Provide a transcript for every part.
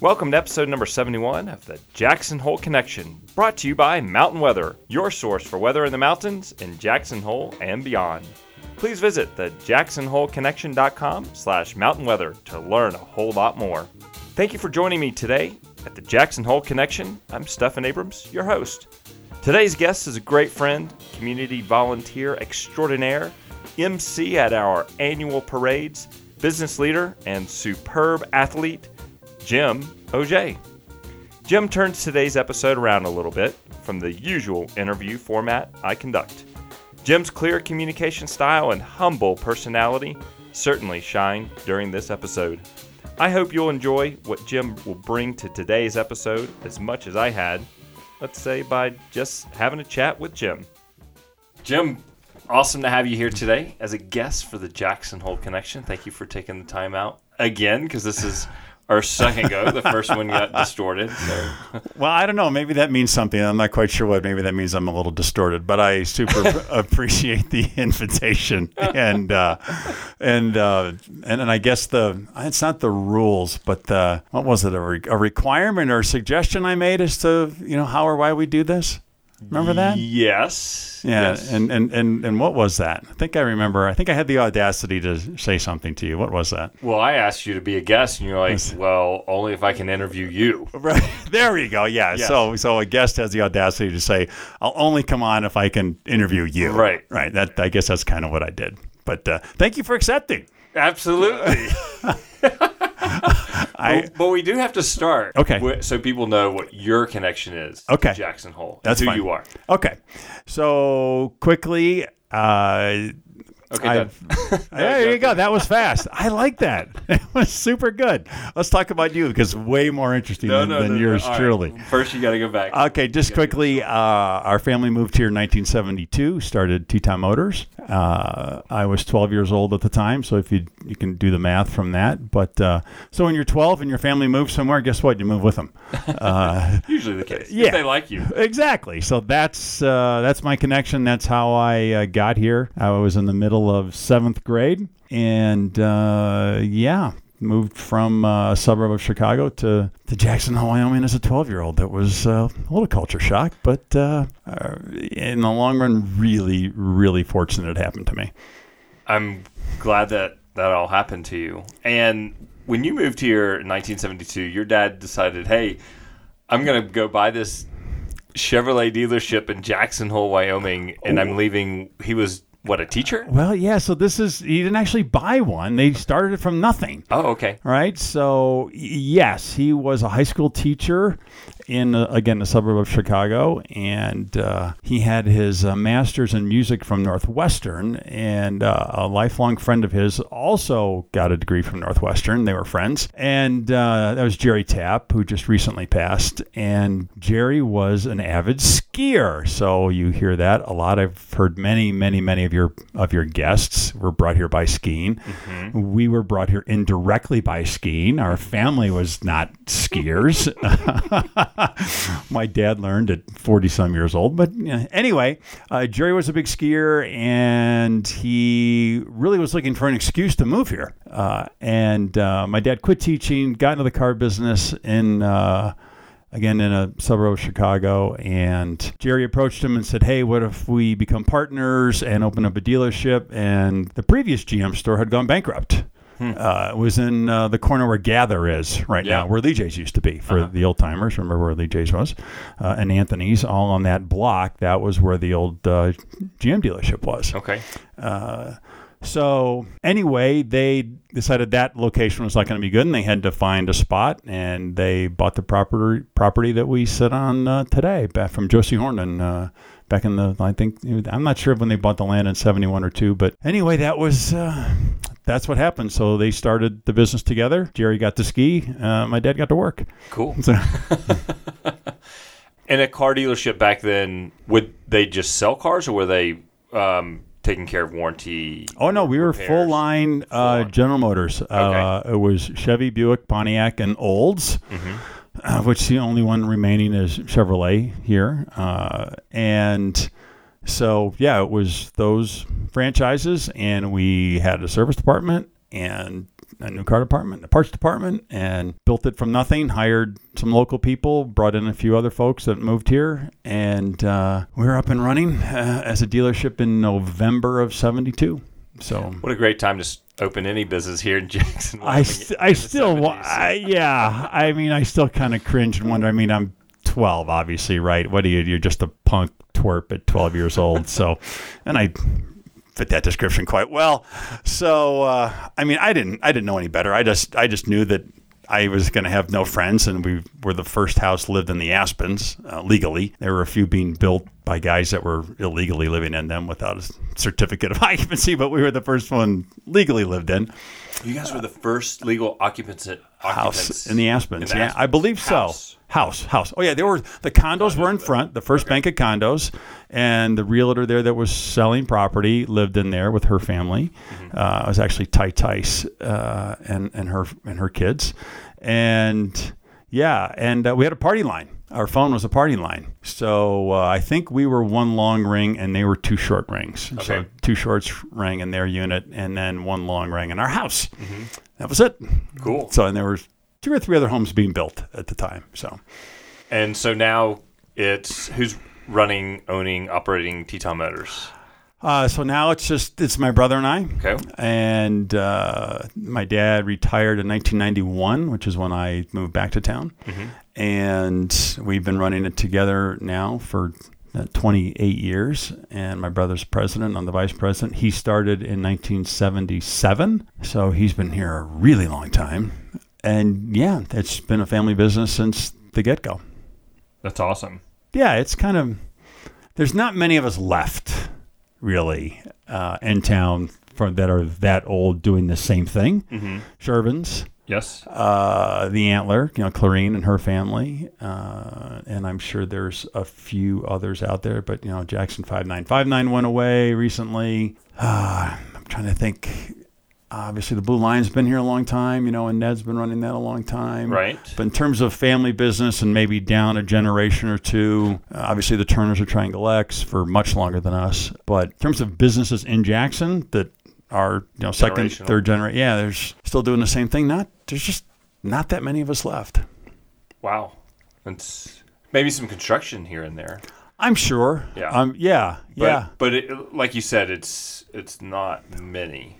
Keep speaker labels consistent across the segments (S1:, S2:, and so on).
S1: Welcome to episode number 71 of the Jackson Hole Connection, brought to you by Mountain Weather, your source for weather in the mountains in Jackson Hole and beyond. Please visit the jacksonholeconnection.com slash mountain weather to learn a whole lot more. Thank you for joining me today at the Jackson Hole Connection. I'm Stephen Abrams, your host. Today's guest is a great friend, community volunteer extraordinaire, MC at our annual parades, business leader, and superb athlete, Jim Oj. Jim turns today's episode around a little bit from the usual interview format I conduct. Jim's clear communication style and humble personality certainly shine during this episode. I hope you'll enjoy what Jim will bring to today's episode as much as I had, let's say by just having a chat with Jim. Jim, awesome to have you here today as a guest for the Jackson Hole Connection. Thank you for taking the time out again because this is our second go. The first one got distorted. So.
S2: Well, I don't know. Maybe that means something. I'm not quite sure what. Maybe that means I'm a little distorted, but I super appreciate the invitation and uh, and, uh, and and I guess the it's not the rules, but the what was it a, re- a requirement or a suggestion I made as to you know how or why we do this. Remember that?
S1: Yes.
S2: Yeah,
S1: yes.
S2: and, and, and, and what was that? I think I remember. I think I had the audacity to say something to you. What was that?
S1: Well, I asked you to be a guest, and you're like, "Well, only if I can interview you."
S2: Right there, you go. Yeah.
S1: Yes.
S2: So so a guest has the audacity to say, "I'll only come on if I can interview you."
S1: Right.
S2: Right. That I guess that's kind of what I did. But uh, thank you for accepting.
S1: Absolutely.
S2: I
S1: but we do have to start.
S2: Okay.
S1: wi- So people know what your connection is.
S2: Okay.
S1: To Jackson Hole.
S2: That's
S1: who
S2: fine.
S1: you are.
S2: okay. So quickly. Uh,
S1: Okay.
S2: I-
S1: done.
S2: there you go. That was fast. I like that. It was super good. Let's talk about you because way more interesting
S1: No,
S2: than,
S1: no,
S2: than
S1: no, no.
S2: yours,
S1: All right.
S2: truly.
S1: First, you got to go back.
S2: Okay, just quickly, uh, our family moved here in 1972. Started Teton Motors. Uh, I was 12 years old at the time, so if you you can do the math from that. But uh, so when you're 12 and your family moves somewhere, guess what? You move with them. Uh,
S1: Usually the case.
S2: yeah.
S1: If they like you.
S2: exactly. So that's uh, that's my connection. That's how I uh, got here. I was in the middle of seventh grade, and uh, yeah. Moved from uh, a suburb of Chicago to, to Jackson Hole, Wyoming as a 12 year old. That was uh, a little culture shock, but uh, uh, in the long run, really, really fortunate it happened to me.
S1: I'm glad that that all happened to you. And when you moved here in 1972, your dad decided, "Hey, I'm going to go buy this Chevrolet dealership in Jackson Hole, Wyoming, and I'm leaving." He was what a teacher.
S2: Well, yeah, so this is, he didn't actually buy one, they started it from nothing.
S1: Oh, okay.
S2: All right. So, y- yes, he was a high school teacher in, uh, again, the suburb of Chicago. And uh, he had his uh, master's in music from Northwestern. And uh, a lifelong friend of his also got a degree from Northwestern. They were friends. And uh, that was Jerry Tapp, who just recently passed. And Jerry was an avid skier. So, you hear that a lot. I've heard many, many, many of your, of your guests were brought here by skiing. We were brought here indirectly by skiing. Our family was not skiers. My dad learned at 40 some years old. But you know, anyway, uh, Jerry was a big skier and he really was looking for an excuse to move here. Uh, and uh, my dad quit teaching, got into the car business in. Uh, again in a suburb of Chicago. And Jerry approached him and said, Hey, what if we become partners and open up a dealership? And the previous GM store had gone bankrupt. Uh, it was in uh, the corner where Gather is right
S1: Yeah.
S2: now, where Lee J's used to be for the old timers. Remember where Lee J's was? Uh, and Anthony's, all on that block. That was where the old uh, GM dealership was.
S1: Okay.
S2: So anyway, they decided that location was not going to be good, and they had to find a spot. And they bought the property property that we sit on uh, today, back from Josie Hornan. Uh, back in the, I think I'm not sure when they bought the land in '71 or two, but anyway, that was. Uh, that's what happened. So they started the business together. Jerry got to ski. Uh, my dad got to work.
S1: Cool.
S2: So-
S1: And a car dealership back then, would they just sell cars, or were they um, taking care of warranty?
S2: Oh no, we were full
S1: repairs?
S2: line uh, General Motors. Uh, it was Chevy, Buick, Pontiac, and Olds, uh, which the only one remaining is Chevrolet here. Uh, and So yeah, it was those franchises, and we had a service department and a new car department, and a parts department, and built it from nothing. Hired some local people, brought in a few other folks that moved here, and uh, we were up and running uh, as a dealership in November of '72. So
S1: What a great time to s- open any business here in Jackson.
S2: I,
S1: Wyoming
S2: st-
S1: in
S2: I
S1: the
S2: still, wa-
S1: 70s.
S2: I, yeah. I mean, I still kind of cringe and wonder. I mean, I'm 12, obviously, right? What are you? You're just a punk twerp at 12 years old. So, and I fit that description quite well. So, uh, I mean, I didn't, I didn't know any better. I just, I just knew that I was going to have no friends, and we were the first house lived in the Aspens uh, legally. There were a few being built by guys that were illegally living in them without a certificate of occupancy, but we were the first one legally lived in.
S1: you guys were the first legal occupants at
S2: house
S1: occupants
S2: in the Aspens.
S1: in the
S2: yeah,
S1: Aspens.
S2: I believe
S1: House.
S2: so. House, house. Oh yeah, there were the condos were in front. The first bank of condos, and the realtor there that was selling property lived in there with her family.
S1: Mm-hmm.
S2: Uh, it was actually Ty Tice uh, and and her and her kids, and yeah, and uh, we had a party line. Our phone was a party line, so uh, I think we were one long ring and they were two short rings. So
S1: Okay.
S2: two shorts rang in their unit, and then one long rang in our house.
S1: Mm-hmm.
S2: That was it.
S1: Cool.
S2: So, and there were two or three other homes being built at the time. So,
S1: And so now it's who's running, owning, operating Teton Motors.
S2: uh, so now it's just it's my brother and I.
S1: Okay.
S2: And uh, my dad retired in 1991, which is when I moved back to town. And we've been running it together now for uh, 28 years. And my brother's president, I'm the vice president. He started in 1977. So he's been here a really long time. And yeah, it's been a family business since the get go.
S1: That's awesome.
S2: yeah, it's kind of there's not many of us left really uh, in town from that are that old doing the same thing. Mm-hmm. Shervin's,
S1: Yes.
S2: uh, the antler, you know, Clarine and her family, uh, and I'm sure there's a few others out there. But you know, Jackson five nine five nine went away recently. Uh, I'm trying to think. Obviously, the Blue Lion's been here a long time, you know, and Ned's been running that a long time.
S1: Right.
S2: But in terms of family business and maybe down a generation or two, uh, obviously the Turners are Triangle X for much longer than us. But in terms of businesses in Jackson that are you know second,
S1: Generational.
S2: third generation, yeah, there's still doing the same thing. Not there's just not that many of us left.
S1: Wow. It's maybe some construction here and there.
S2: I'm sure.
S1: Yeah.
S2: Um, yeah.
S1: But,
S2: yeah.
S1: But it, like you said, it's it's not many.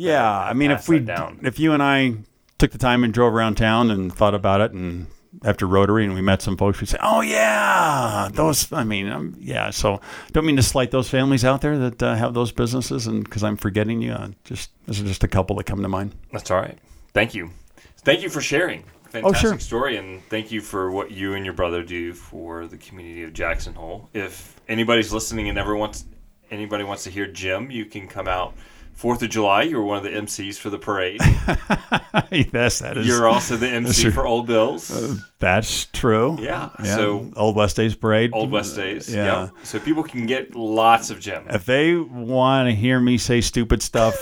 S2: Yeah, I mean,
S1: pass
S2: if we,
S1: that down.
S2: if you and I took the time and drove around town and thought about it, and after Rotary and we met some folks, we'd say, "Oh yeah, those." I mean, um, yeah. So, don't mean to slight those families out there that uh, have those businesses, and because I'm forgetting you, uh, just those are just a couple that come to mind.
S1: That's all right. Thank you. Thank you for sharing. Fantastic
S2: Oh, sure.
S1: story, and thank you for what you and your brother do for the community of Jackson Hole. If anybody's listening and ever wants anybody wants to hear Jim, you can come out Fourth of July. You were one of the MCs for the parade.
S2: yes, that is.
S1: You're also the MC
S2: true. Uh,
S1: for Old Bills.
S2: that's true.
S1: Yeah, so-
S2: Old West Days Parade.
S1: Old West Days.
S2: Yeah.
S1: Yep. So people can get lots of Jim.
S2: If they want to hear me say stupid stuff,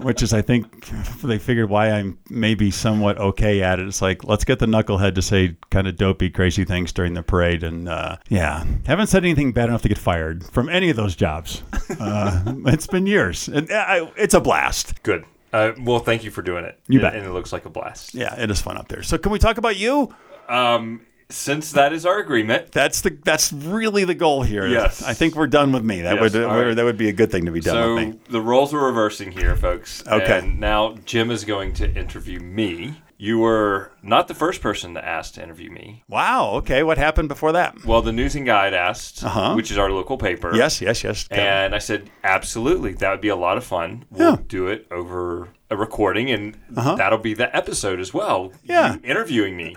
S2: which is, I think, they figured why I'm maybe somewhat okay at it. It's like, let's get the knucklehead to say kind of dopey, crazy things during the parade. And uh, yeah, haven't said anything bad enough to get fired from any of those jobs. Uh, it's been years. And uh, I, it's a blast.
S1: Good. Uh, well, thank you for doing it.
S2: You bet.
S1: And it looks like a blast.
S2: Yeah, it is fun up there. So can we talk about you?
S1: Um, since that is our agreement,
S2: That's the that's really the goal here.
S1: Yes.
S2: I think we're done with me. That
S1: Yes,
S2: would
S1: all right.
S2: that would be a good thing to be done
S1: So
S2: with me.
S1: the roles are reversing here, folks.
S2: Okay.
S1: And now Jim is going to interview me. You were not the first person to ask to interview me.
S2: Wow. Okay. What happened before that?
S1: Well, the News and Guide asked,
S2: Uh-huh.
S1: which is our local paper.
S2: Yes. Yes. Yes. Go.
S1: And I said, absolutely, that would be a lot of fun. We'll
S2: Yeah. Uh-huh.
S1: do it over a recording, and that'll be the episode as well.
S2: Yeah.
S1: you interviewing me,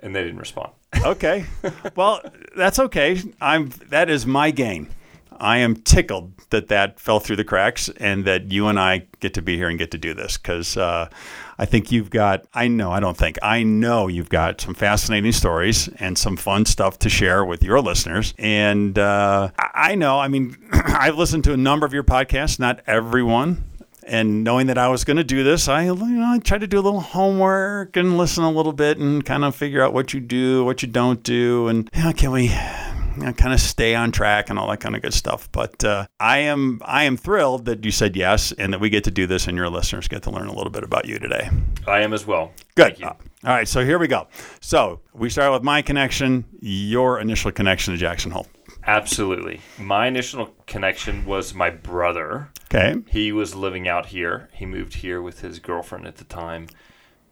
S1: and they didn't respond.
S2: okay. Well, that's okay. I'm that is my game. I am tickled that that fell through the cracks and that you and I get to be here and get to do this because uh, I think you've got, I know, I don't think, I know you've got some fascinating stories and some fun stuff to share with your listeners. And uh, I I know, I mean, I've listened to a number of your podcasts, not everyone and knowing that I was going to do this, I, you know, I tried to do a little homework and listen a little bit and kind of figure out what you do, what you don't do, and you know, can we you know, kind of stay on track and all that kind of good stuff. But uh, I am I am thrilled that you said yes and that we get to do this and your listeners get to learn a little bit about you today.
S1: I am as well. Thank
S2: Good.
S1: you.
S2: Uh, all right, so here we go. So we start with my connection, your initial connection to Jackson Hole.
S1: Absolutely. My initial connection was my brother.
S2: Okay.
S1: He was living out here. He moved here with his girlfriend at the time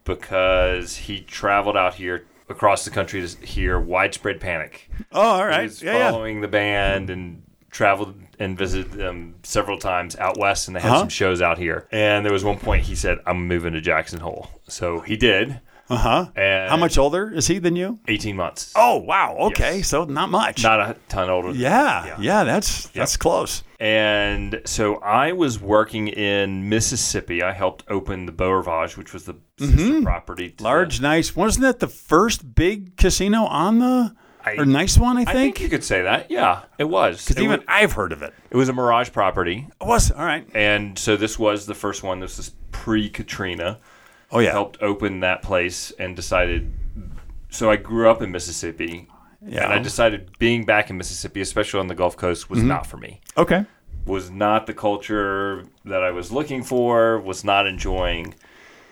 S1: because he traveled out here across the country to hear widespread panic.
S2: Oh, all
S1: He
S2: right.
S1: was
S2: Yeah, yeah.
S1: following the band and traveled and visited them several times out west, and they had
S2: Uh-huh.
S1: some shows out here. And there was one point he said, "I'm moving to Jackson Hole," so he did.
S2: Uh huh.
S1: And
S2: How much older is he than you?
S1: 18 months.
S2: Oh, wow. Okay, so not much.
S1: Not a ton older. than
S2: yeah,
S1: Yeah.
S2: yeah, that's that's close.
S1: And so I was working in Mississippi. I helped open the Beau Rivage, which was the sister property. To
S2: Mm-hmm. Large, nice. Wasn't that the first big casino on the
S1: I-
S2: or nice one? I
S1: I think
S2: think.
S1: you could say that. Yeah, it was. It,
S2: even
S1: was,
S2: I've heard of it.
S1: it was a Mirage property.
S2: It was all right.
S1: And so this was the first one. This is pre Katrina.
S2: Oh yeah,
S1: Helped open that place and decided. So I grew up in Mississippi.
S2: yeah.
S1: And I decided being back in Mississippi, especially on the Gulf Coast,
S2: Mm-hmm.
S1: was not for me.
S2: okay.
S1: was not the culture that I was looking for, was not enjoying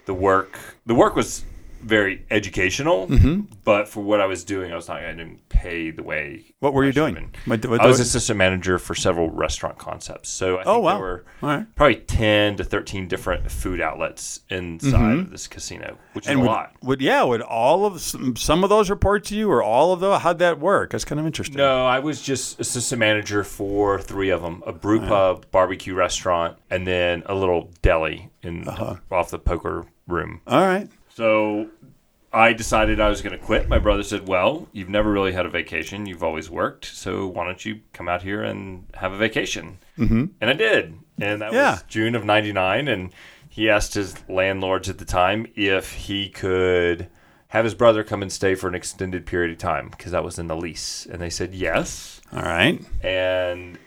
S1: the work. The work was very educational,
S2: Mm-hmm.
S1: but for what I was doing, I was not, I didn't pay the way.
S2: What were
S1: I
S2: you
S1: should've
S2: doing?
S1: been.
S2: What- what-
S1: I was assistant manager for several restaurant concepts. So I think
S2: Oh, wow.
S1: there were
S2: All right.
S1: probably 10 to 13 different food outlets inside of this casino, which is
S2: Mm-hmm. and
S1: a
S2: would,
S1: lot.
S2: would yeah would all of some, some of those report to you or all of those? How'd that work? That's kind of interesting.
S1: No, I was just assistant manager for three of them: a brew pub, barbecue restaurant, and then a little deli in
S2: Uh-huh.
S1: off the poker room.
S2: All right.
S1: So I decided I was going to quit. My brother said, "Well, you've never really had a vacation. You've always worked. So why don't you come out here and have a vacation?" Mm-hmm. And I did, and that
S2: Yeah.
S1: was June of '99. And he asked his landlords at the time if he could. Have his brother come and stay for an extended period of time because that was in the lease. And they said yes.
S2: All right.
S1: And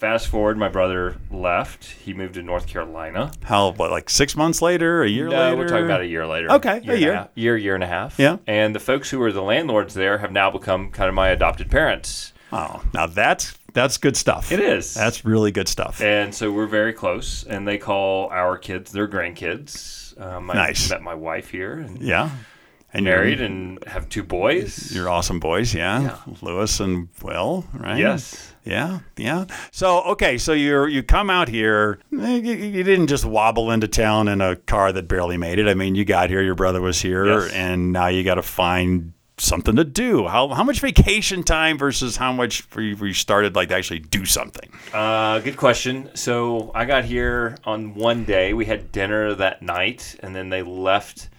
S1: fast forward, my brother left. He moved to North Carolina.
S2: How what like six months later? A year
S1: No,
S2: later?
S1: we're talking about a year later.
S2: Okay, a
S1: and
S2: year.
S1: half- year, year and a half.
S2: Yeah.
S1: And the folks who were the landlords there have now become kind of my adopted parents.
S2: Oh, now that's that's good stuff.
S1: It is.
S2: That's really good stuff.
S1: And so we're very close, and they call our kids their grandkids. Um, I
S2: Nice.
S1: met my wife here and
S2: yeah. And you're-
S1: married and have two boys.
S2: Your awesome boys, yeah. Lewis and Will, right?
S1: Yes.
S2: Yeah, yeah. So okay, so you are you come out here. eh, You, you didn't just wobble into town in a car that barely made it. I mean, you got here. Your brother was here,
S1: Yes.
S2: and now you got to find something to do. How how much vacation time versus how much were you, were you started like to actually do something?
S1: Uh, good question. So I got here on one day. We had dinner that night, and then they left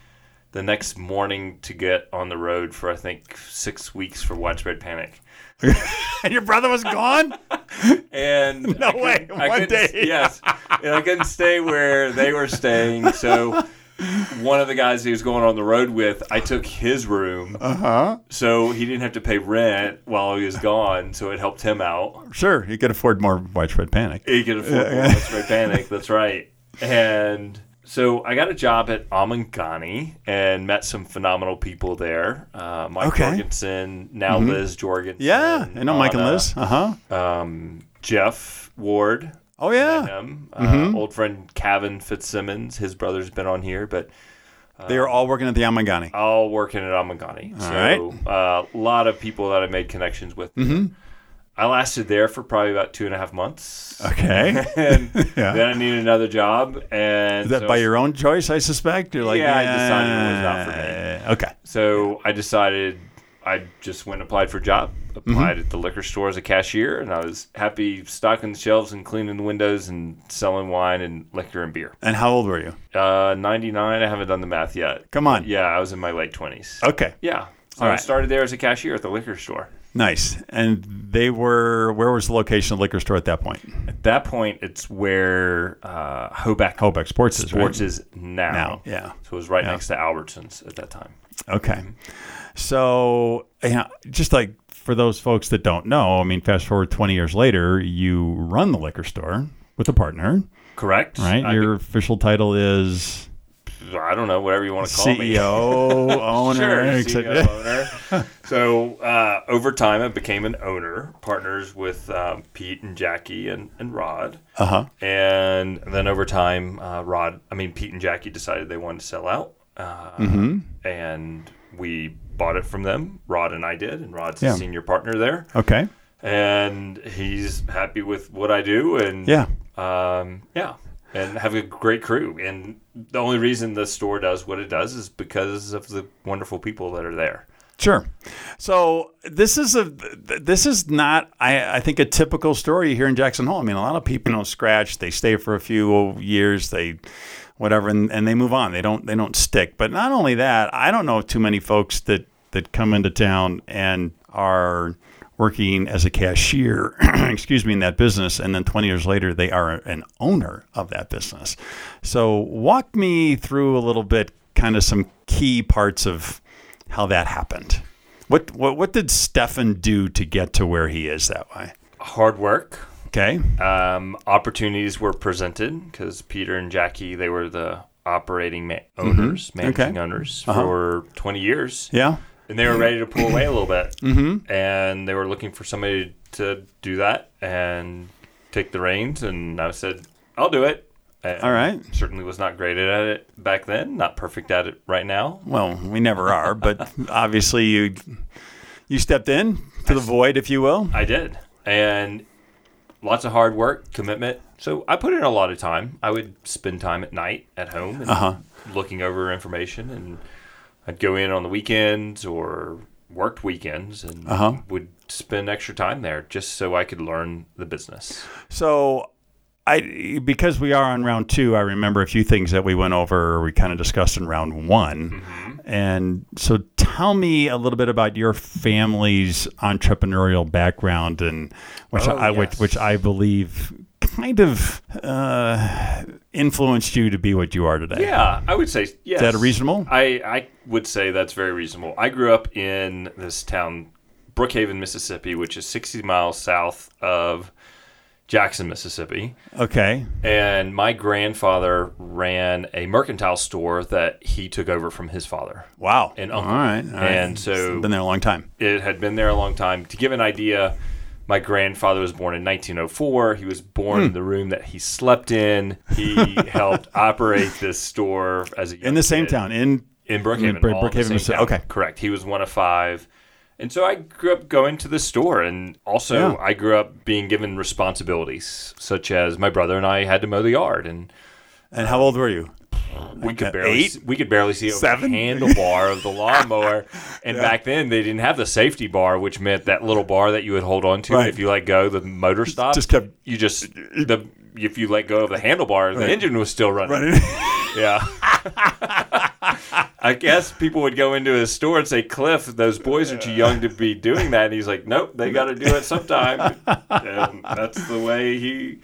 S1: the next morning to get on the road for I think six weeks for widespread panic.
S2: And your brother was gone.
S1: And no
S2: way, one day.
S1: Yes, and I couldn't stay where they were staying. So one of the guys he was going on the road with, I took his room. Uh huh.
S2: Uh-huh.
S1: So he didn't have to pay rent while he was gone. So it helped him out.
S2: sure, you could afford more widespread panic.
S1: You can afford more widespread panic. That's right. And so I got a job at Amangani and met some phenomenal people there. Uh, Mike
S2: Okay. Mm-hmm.
S1: Jorgensen, now Liz Jorgensen.
S2: Yeah, I know Mike and
S1: Anna,
S2: Liz. Uh huh.
S1: Um, Jeff Ward.
S2: Oh yeah,
S1: Him, uh,
S2: Mm-hmm.
S1: Old friend Kevin Fitzsimmons. His brother's been on here, but
S2: they are all working at the Amangani.
S1: all working at Amangani. so uh, a lot of people that I made connections with.
S2: Mm-hmm.
S1: I lasted there for probably about two and a half months.
S2: Okay.
S1: and
S2: Yeah.
S1: then I needed another job. And
S2: Is that
S1: so,
S2: by your own choice, I suspect? You're like,
S1: Yeah, I decided
S2: it was not for me. Okay.
S1: so I decided I just went and applied for a job.
S2: Mm-hmm.
S1: Applied at the liquor store as a cashier, and I was happy stocking the shelves and cleaning the windows and selling wine and liquor and beer.
S2: And how old were you?
S1: Uh, 99, I haven't done the math yet.
S2: Come on.
S1: Yeah, I was in my late 20s.
S2: Okay.
S1: Yeah. So
S2: All
S1: I
S2: right.
S1: started there as a cashier at the liquor store.
S2: Nice. And they were, where was the location of the liquor store at that point?
S1: At that point, it's where uh, Hoback
S2: Hoback Sports is,
S1: Sports
S2: right?
S1: is now.
S2: Now, yeah.
S1: So it was right next to Albertsons at that time.
S2: Okay. So, yeah, just like for those folks that don't know, I mean, fast forward 20 years later, you run the liquor store with a partner,
S1: Correct.
S2: right?
S1: I
S2: your official title is
S1: I don't know, whatever you want to call me. E
S2: CEO, E owner,
S1: sure,
S2: etc.
S1: CEO owner. So uh, over time, I became an owner, partners with um, Pete and Jackie and, and Rod.
S2: Uh huh.
S1: And then over time, uh, Rod, I mean, Pete and Jackie decided they wanted to sell out. Uh,
S2: Mm-hmm.
S1: And we bought it from them. Rod and I did. And Rod's
S2: Yeah.
S1: the senior partner there.
S2: Okay.
S1: And he's happy with what I do. And
S2: Yeah.
S1: um, yeah, and have a great crew. And the only reason the store does what it does is because of the wonderful people that are there.
S2: Sure. So this is a th- this is not I, I think a typical story here in Jackson Hole. I mean, a lot of people don't scratch. They stay for a few years. They whatever, and, and they move on. They don't they don't stick. But not only that, I don't know too many folks that that come into town and are working as a cashier, excuse me, in that business, and then 20 years later they are an owner of that business. So walk me through a little bit, kind of some key parts of how that happened. What what what did Stefan do to get to where he is that way?
S1: Hard work,
S2: Okay.
S1: um, opportunities were presented because Peter and Jackie they were the operating ma- owners, managing
S2: Mm-hmm. Okay. Uh-huh.
S1: owners for 20 years,
S2: Yeah.
S1: and they were ready to pull away a little bit, mm-hmm. and they were looking for somebody to do that and take the reins, and I said, "I'll do it." And
S2: All right.
S1: Certainly was not great at it back then. Not perfect at it right now.
S2: Well, we never are, but obviously you you stepped in to the void, if you will.
S1: I did. And lots of hard work, commitment. So I put in a lot of time. I would spend time at night at home and
S2: Uh-huh.
S1: looking over information and I'd go in on the weekends or worked weekends and
S2: Uh-huh.
S1: would spend extra time there just so I could learn the business.
S2: So I because we are on round two, I remember a few things that we went over or we kind of discussed in round one.
S1: Mm-hmm.
S2: And so tell me a little bit about your family's entrepreneurial background and which
S1: Oh,
S2: I
S1: yes.
S2: which, which I believe kind of uh, influenced you to be what you are today.
S1: Yeah, I would say yes.
S2: that reasonable?
S1: I, I would say that's very reasonable. I grew up in this town, Brookhaven, Mississippi, which is 60 miles south of Jackson, Mississippi.
S2: Okay.
S1: And my grandfather ran a mercantile store that he took over from his father.
S2: Wow.
S1: And
S2: all
S1: uncle.
S2: right. all right.
S1: And so-
S2: been there a long time.
S1: It had been there a long time. To give an idea, my grandfather was born in 1904. He was born
S2: Hmm.
S1: in the room that he slept in. He helped operate this store as a young
S2: In the same
S1: kid.
S2: town. In
S1: in Brookhaven.
S2: In Bro-
S1: all in the
S2: Brookhaven,
S1: same
S2: Mississippi.
S1: town.
S2: Okay.
S1: correct. He was one of five, and so I grew up going to the store, and also
S2: Yeah.
S1: I grew up being given responsibilities, such as my brother and I had to mow the yard, and
S2: and how old were you?
S1: we could
S2: uh,
S1: barely
S2: eight?
S1: we could barely see over
S2: Seven?
S1: the handlebar of the lawnmower. And back then they didn't have the safety bar, which meant that little bar that you would hold on to and
S2: Right.
S1: if you let go, the motor stopped.
S2: Just kept-
S1: you just the if you let go of the handlebar, the engine was still running.
S2: Running.
S1: Yeah. I guess people would go into his store and say, Cliff, those boys are too young to be doing that. And he's like, nope, they got to do it sometime. and that's the way he.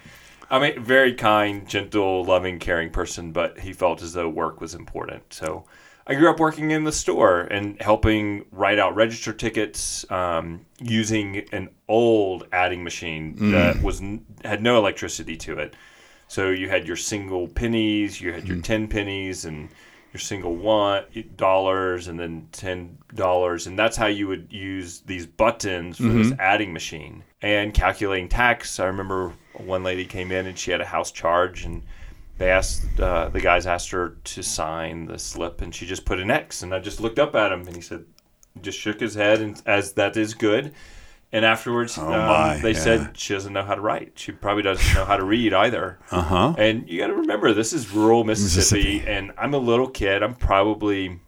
S1: I mean, very kind, gentle, loving, caring person, but he felt as though work was important. So I grew up working in the store and helping write out register tickets um, using an old adding machine that was n- had no electricity to it. So you had your single pennies, you had your ten pennies, and your single one dollars, and then ten dollars, and that's how you would use these buttons for this adding machine and calculating tax. I remember one lady came in and she had a house charge, and they asked uh, the guys asked her to sign the slip, and she just put an X, and I just looked up at him, and he said, just shook his head, and as that is good. And afterwards, um,
S2: my,
S1: they
S2: yeah.
S1: said she doesn't know how to write. She probably doesn't know how to read either.
S2: Uh huh.
S1: And you got to remember, this is rural Mississippi, and I'm a little kid. I'm probably,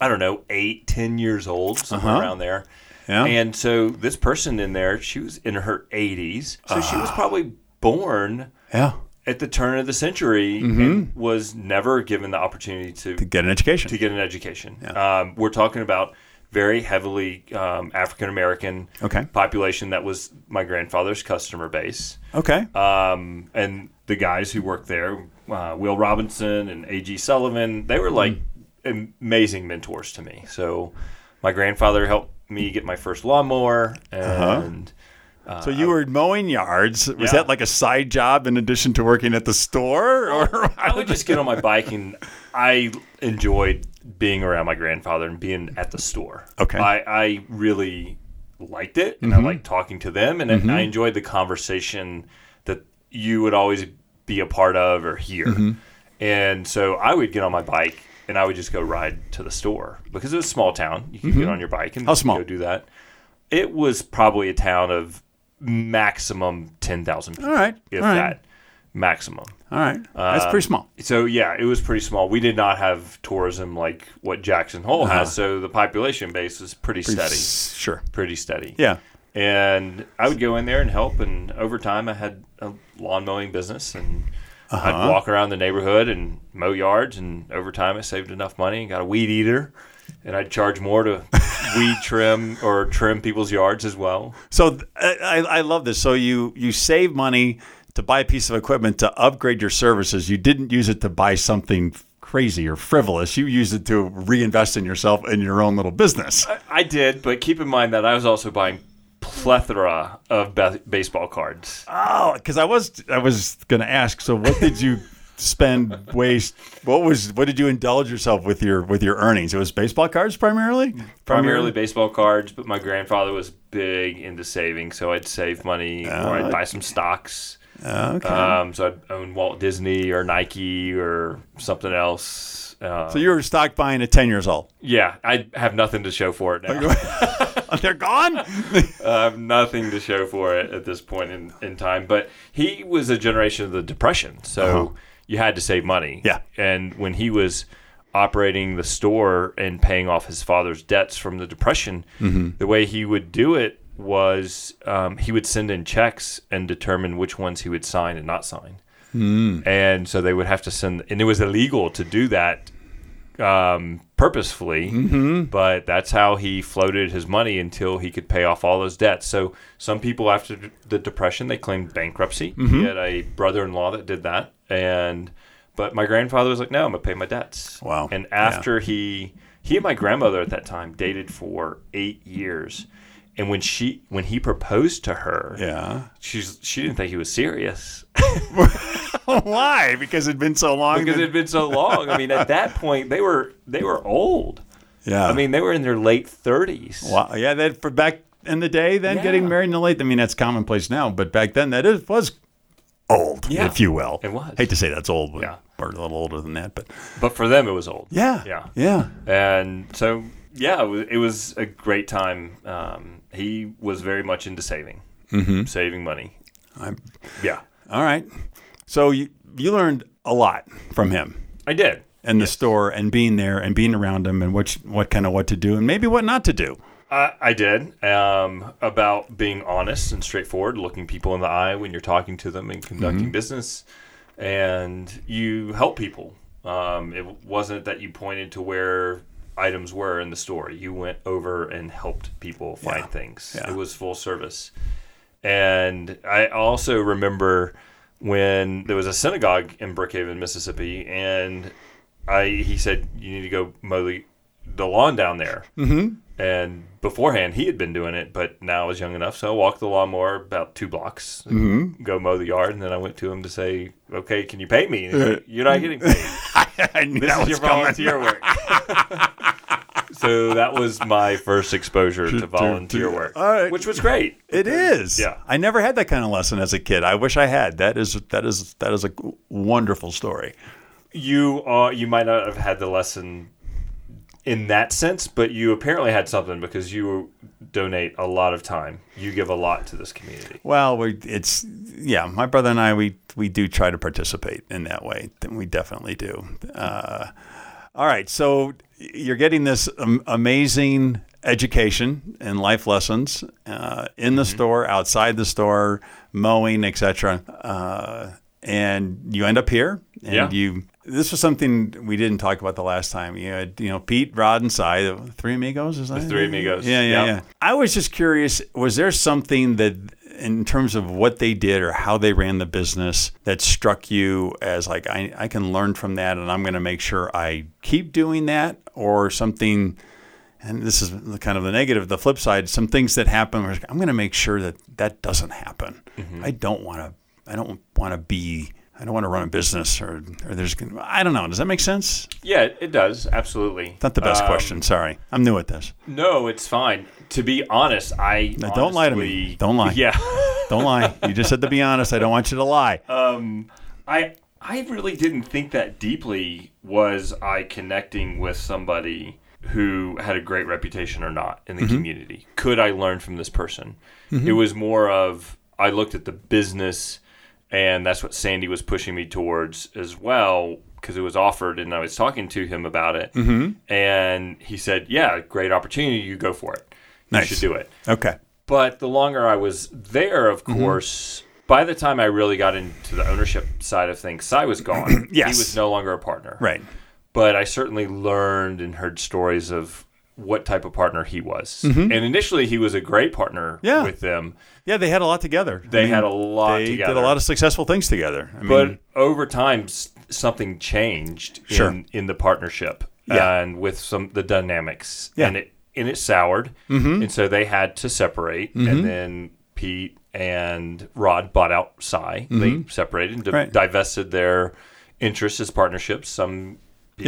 S1: I don't know, eight, ten years old, somewhere around there.
S2: Yeah.
S1: And so this person in there, she was in her 80s, so she was probably born
S2: Yeah.
S1: at the turn of the century and was never given the opportunity to
S2: Get an education.
S1: to get an education. Um, we're talking about very heavily um, African American
S2: Okay.
S1: population that was my grandfather's customer base.
S2: Okay.
S1: Um, and the guys who worked there, uh, Will Robinson and A.G. Sullivan, they were like amazing mentors to me. So my grandfather helped me get my first lawnmower and
S2: So you were mowing yards. Was
S1: Yeah.
S2: that like a side job in addition to working at the store? Or
S1: I would just get on my bike and I enjoyed being around my grandfather and being at the store.
S2: Okay. Mm-hmm.
S1: I, I really liked it and I liked talking to them and I- I enjoyed the conversation that you would always be a part of or hear.
S2: Mm-hmm.
S1: And so I would get on my bike and I would just go ride to the store because it was a small town. You could get on your bike and
S2: Mm-hmm. How small?
S1: go do that. It was probably a town of maximum 10,000 people.
S2: All right.
S1: If
S2: All right.
S1: that, maximum.
S2: All right. That's pretty small.
S1: So yeah, it was pretty small. We did not have tourism like what Jackson Hole has, so the population base was pretty, steady,
S2: Sure.
S1: pretty steady.
S2: Yeah.
S1: And I would go in there and help, and over time I had a lawn mowing business, and I'd walk around the neighborhood and mow yards, and over time I saved enough money and got a weed eater, and I'd charge more to weed trim or trim people's yards as well.
S2: So th- I, I- I love this. So you you save money to buy a piece of equipment to upgrade your services. You didn't use it to buy something crazy or frivolous. You used it to reinvest in yourself and your own little business.
S1: I did, but keep in mind that I was also buying plethora of ba- baseball cards.
S2: Oh, because I was I was going to ask. So what did you spend waste? What was what did you indulge yourself with your with your earnings? It was baseball cards primarily.
S1: primarily baseball cards, but my grandfather was big into saving, so I'd save money or I'd buy some stocks.
S2: Oh, Ah. okay.
S1: Um, so I'd own Walt Disney or Nike or something else. Uh,
S2: so you were stock buying at ten years old.
S1: yeah, I have nothing to show for it
S2: Oh,
S1: now.
S2: They're gone.
S1: I have nothing to show for it at this point in, in time. But he was a generation of the Depression, so you had to save money.
S2: Yeah.
S1: And when he was operating the store and paying off his father's debts from the Depression, the way he would do it was um, he would send in checks and determine which ones he would sign and not sign. And so they would have to send, and it was illegal to do that um, purposefully,
S2: Mm-hmm.
S1: but that's how he floated his money until he could pay off all those debts. So some people after d- the depression they claimed bankruptcy.
S2: Mm-hmm.
S1: He had a brother-in-law that did that, and but my grandfather was like, "No, I'm gonna pay my debts."
S2: Wow.
S1: And
S2: Yeah.
S1: after he he and my grandmother at that time dated for eight years, and when she when he proposed to her,
S2: yeah.
S1: she's she didn't think he was serious.
S2: Why? Because it'd been so long.
S1: because
S2: that-
S1: it had been so long. I mean, at that point, they were they were old.
S2: yeah.
S1: I mean, they were in their late thirties.
S2: Wow. Yeah, that for back in the day, then getting
S1: Yeah.
S2: married in the late. I mean, that's commonplace now, but back then that is, was old,
S1: Yeah.
S2: if you will.
S1: It was.
S2: Hate to say that's old, but
S1: Yeah.
S2: or a little older than that, but
S1: But for them, it was old.
S2: yeah,
S1: yeah,
S2: yeah.
S1: And so, yeah, it was, it was a great time. Um, he was very much into saving, saving money.
S2: I'm,
S1: Yeah,
S2: all right. So you you learned a lot from him
S1: I did.
S2: and the store and being there and being around him and what what kind of what to do and maybe what not to do.
S1: I, I did um, about being honest and straightforward, looking people in the eye when you're talking to them and conducting
S2: Mm-hmm.
S1: business, and you help people. Um, it wasn't that you pointed to where items were in the store. You went over and helped people find things.
S2: Yeah.
S1: It was full service. And I also remember when there was a synagogue in Brookhaven, Mississippi, and I he said you need to go mow the, the lawn down there. Mm-hmm. And beforehand, he had been doing it, but now I was young enough, so I walked the lawnmower about two blocks,
S2: Mm-hmm.
S1: go mow the yard, and then I went to him to say, "Okay, can you pay me?" And he's like, You're not getting paid.
S2: I knew
S1: This
S2: Uh, that
S1: is
S2: was
S1: your
S2: coming.
S1: volunteer work. so that was my first exposure to volunteer work,
S2: all right.
S1: which was great.
S2: It is.
S1: Yeah.
S2: I never had that kind of lesson as a kid. I wish I had. That is that is that is a wonderful story.
S1: you are you might not have had the lesson in that sense, but you apparently had something because you donate a lot of time. You give a lot to this community.
S2: Well, we it's yeah. My brother and I we we do try to participate in that way. Then we definitely do. Uh, all right, so you're getting this um, amazing education and life lessons uh, in the store, outside the store, mowing, etc. Uh, and you end up here, and
S1: Yeah.
S2: you. This was something we didn't talk about the last time. You had, you know, Pete, Rod, and Si, the three amigos. Is that
S1: Three Amigos.
S2: Yeah, yeah,
S1: Yep.
S2: yeah. I was just curious was there something that, in terms of what they did or how they ran the business, that struck you as like, I, I can learn from that and I'm going to make sure I keep doing that? Or something, and this is the kind of the negative, the flip side, some things that happen, where it's
S1: Mm-hmm.
S2: like, I'm going to make sure that that doesn't happen. I don't want to, I don't want to be. I don't want to run a business or, or there's, gonna- I don't know. Does that make sense?
S1: Yeah, it- it does. Absolutely.
S2: Not the best
S1: Um,
S2: question. Sorry. I'm new at this.
S1: No, it's fine. To be honest, I
S2: No, don't lie to me.
S1: honestly-
S2: Don't lie.
S1: Yeah,
S2: Don't lie. You just said to be honest. I don't want you to lie.
S1: I I really didn't think that deeply. Was I connecting with somebody who had a great reputation or not in the
S2: Mm-hmm.
S1: community? Could I learn from this person? It was more of I looked at the business, and that's what Sandy was pushing me towards as well because it was offered, and I was talking to him about it,
S2: Mm-hmm.
S1: and he said, "Yeah, great opportunity. You go for it.
S2: Nice.
S1: You should do it."
S2: okay.
S1: But the longer I was there, of
S2: Mm-hmm.
S1: course, by the time I really got into the ownership side of things, Cy was gone.
S2: Yes.
S1: He was no longer a partner.
S2: Right.
S1: But I certainly learned and heard stories of what type of partner he was. And initially, he was a great partner
S2: Mm-hmm. Yeah.
S1: with them.
S2: Yeah, they had a lot together.
S1: They had a lot
S2: They
S1: together.
S2: did a lot of successful things together. I mean,
S1: but over time, s- something changed
S2: Sure.
S1: in, in the partnership
S2: Yeah.
S1: and with some the dynamics.
S2: Yeah. Mm-hmm.
S1: And it and it soured. And so they had to separate. And then Pete and Rod bought out Psy. They separated and di-
S2: Mm-hmm. Right.
S1: divested their interests as partnerships. Some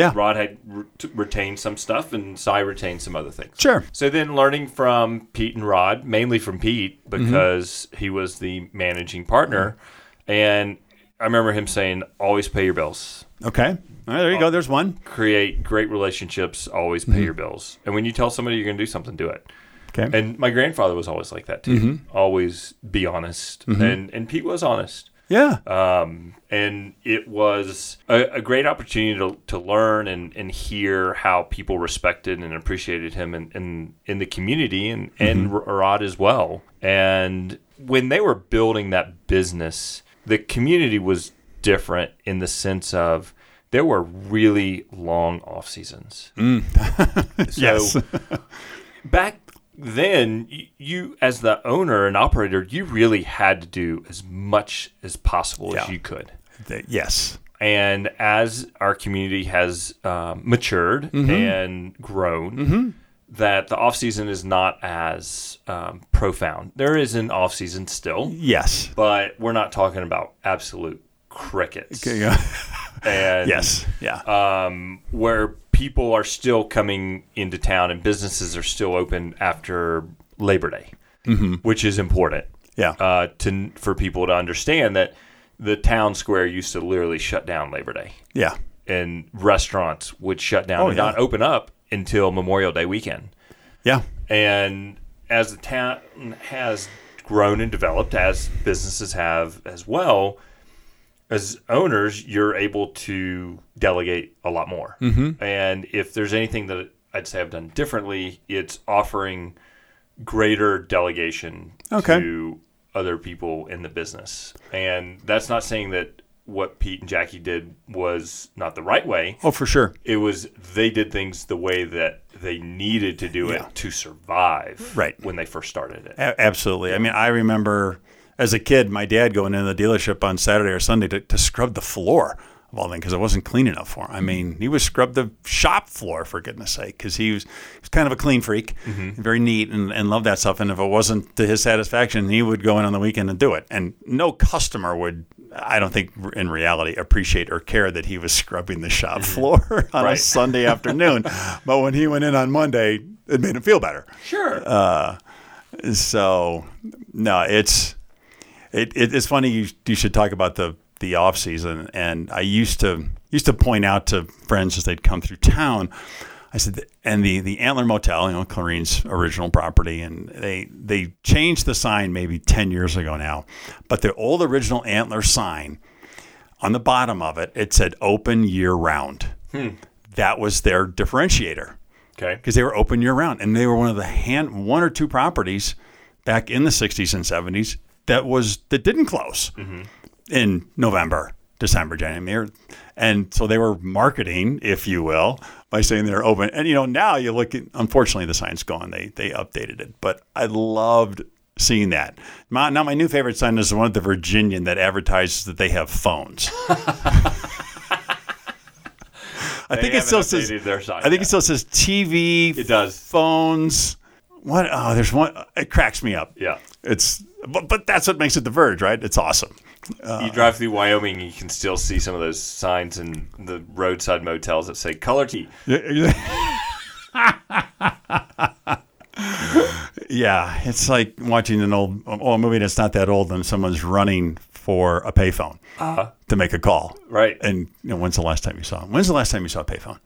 S2: Yeah.
S1: Rod had re- t- retained some stuff and Psy retained some other things.
S2: Sure.
S1: So then learning from Pete and Rod, mainly from Pete because he was the managing partner. And I remember him saying, always pay your bills.
S2: okay. All right, there you go. There's one.
S1: Create great relationships, always pay your bills. And when you tell somebody you're going to do something, do it.
S2: Okay.
S1: And my grandfather was always like that too. Always be honest. And and Pete was honest.
S2: yeah.
S1: Um, and it was a, a great opportunity to, to learn and, and hear how people respected and appreciated him in, in, in the community and,
S2: Mm-hmm.
S1: and Rod as well. And when they were building that business, the community was different in the sense of there were really long off seasons. so
S2: Mm. Yes.
S1: back then y- you as the owner and operator you really had to do as much as possible as
S2: Yeah.
S1: you could
S2: Th- yes.
S1: and as our community has um, matured
S2: Mm-hmm.
S1: and grown that the off season is not as um, profound there is an off season still
S2: Yes.
S1: but we're not talking about absolute crickets
S2: Okay, yeah.
S1: and
S2: yes. Yeah.
S1: um, where people are still coming into town and businesses are still open after Labor Day,
S2: Mm-hmm.
S1: which is important
S2: yeah.
S1: uh, to for people to understand that the town square used to literally shut down Labor Day,
S2: yeah.
S1: and restaurants would shut down
S2: Oh,
S1: and
S2: yeah.
S1: not open up until Memorial Day weekend.
S2: Yeah.
S1: And as the town has grown and developed, as businesses have as well, as owners, you're able to delegate a lot more.
S2: Mm-hmm.
S1: And if there's anything that I'd say I've done differently, it's offering greater delegation
S2: Okay.
S1: to other people in the business. And that's not saying that what Pete and Jackie did was not the right way
S2: Oh, for sure.
S1: it was they did things the way that they needed to do
S2: Yeah.
S1: it to survive
S2: Right.
S1: when they first started it
S2: A- absolutely. I mean, I remember as a kid, my dad going into the dealership on Saturday or Sunday to, to scrub the floor of all things because it wasn't clean enough for him. I mean, he was scrubbed the shop floor for goodness sake because he was, he was kind of a clean freak, very neat and, and loved that stuff. And if it wasn't to his satisfaction, he would go in on the weekend and do it. And no customer would, I don't think in reality, appreciate or care that he was scrubbing the shop floor on a
S1: Right.
S2: Sunday afternoon. But when he went in on Monday, it made him feel better.
S1: sure
S2: Uh, So no, it's it, it it's funny you you should talk about the the off season and I used to used to point out to friends as they'd come through town. I said, and the, the Antler Motel, you know, Clarine's original property, and they they changed the sign maybe ten years ago now, but the old original Antler sign on the bottom of it, it said open year round. That was their differentiator
S1: okay
S2: because they were open year round, and they were one of the hand one or two properties back in the 60s and 70s that was that didn't close in November, December, January, and so they were marketing, if you will, by saying they're open. And you know now you look at unfortunately the sign's gone. They they updated it, but I loved seeing that. My, now my new favorite sign is the one at the Virginian that advertises that they have phones. I think it still says
S1: their sign
S2: I think it still says TV.
S1: It does.
S2: Phones. What? Oh, there's one. It cracks me up.
S1: yeah
S2: It's but, but that's what makes it The Verge, right? It's awesome.
S1: you drive through Wyoming, and you can still see some of those signs in the roadside motels that say "color key."
S2: yeah, it's like watching an old oh, a movie that's not that old, and someone's running for a payphone to make a call.
S1: Right.
S2: And you know, when's the last time you saw? When's the last time you saw a payphone?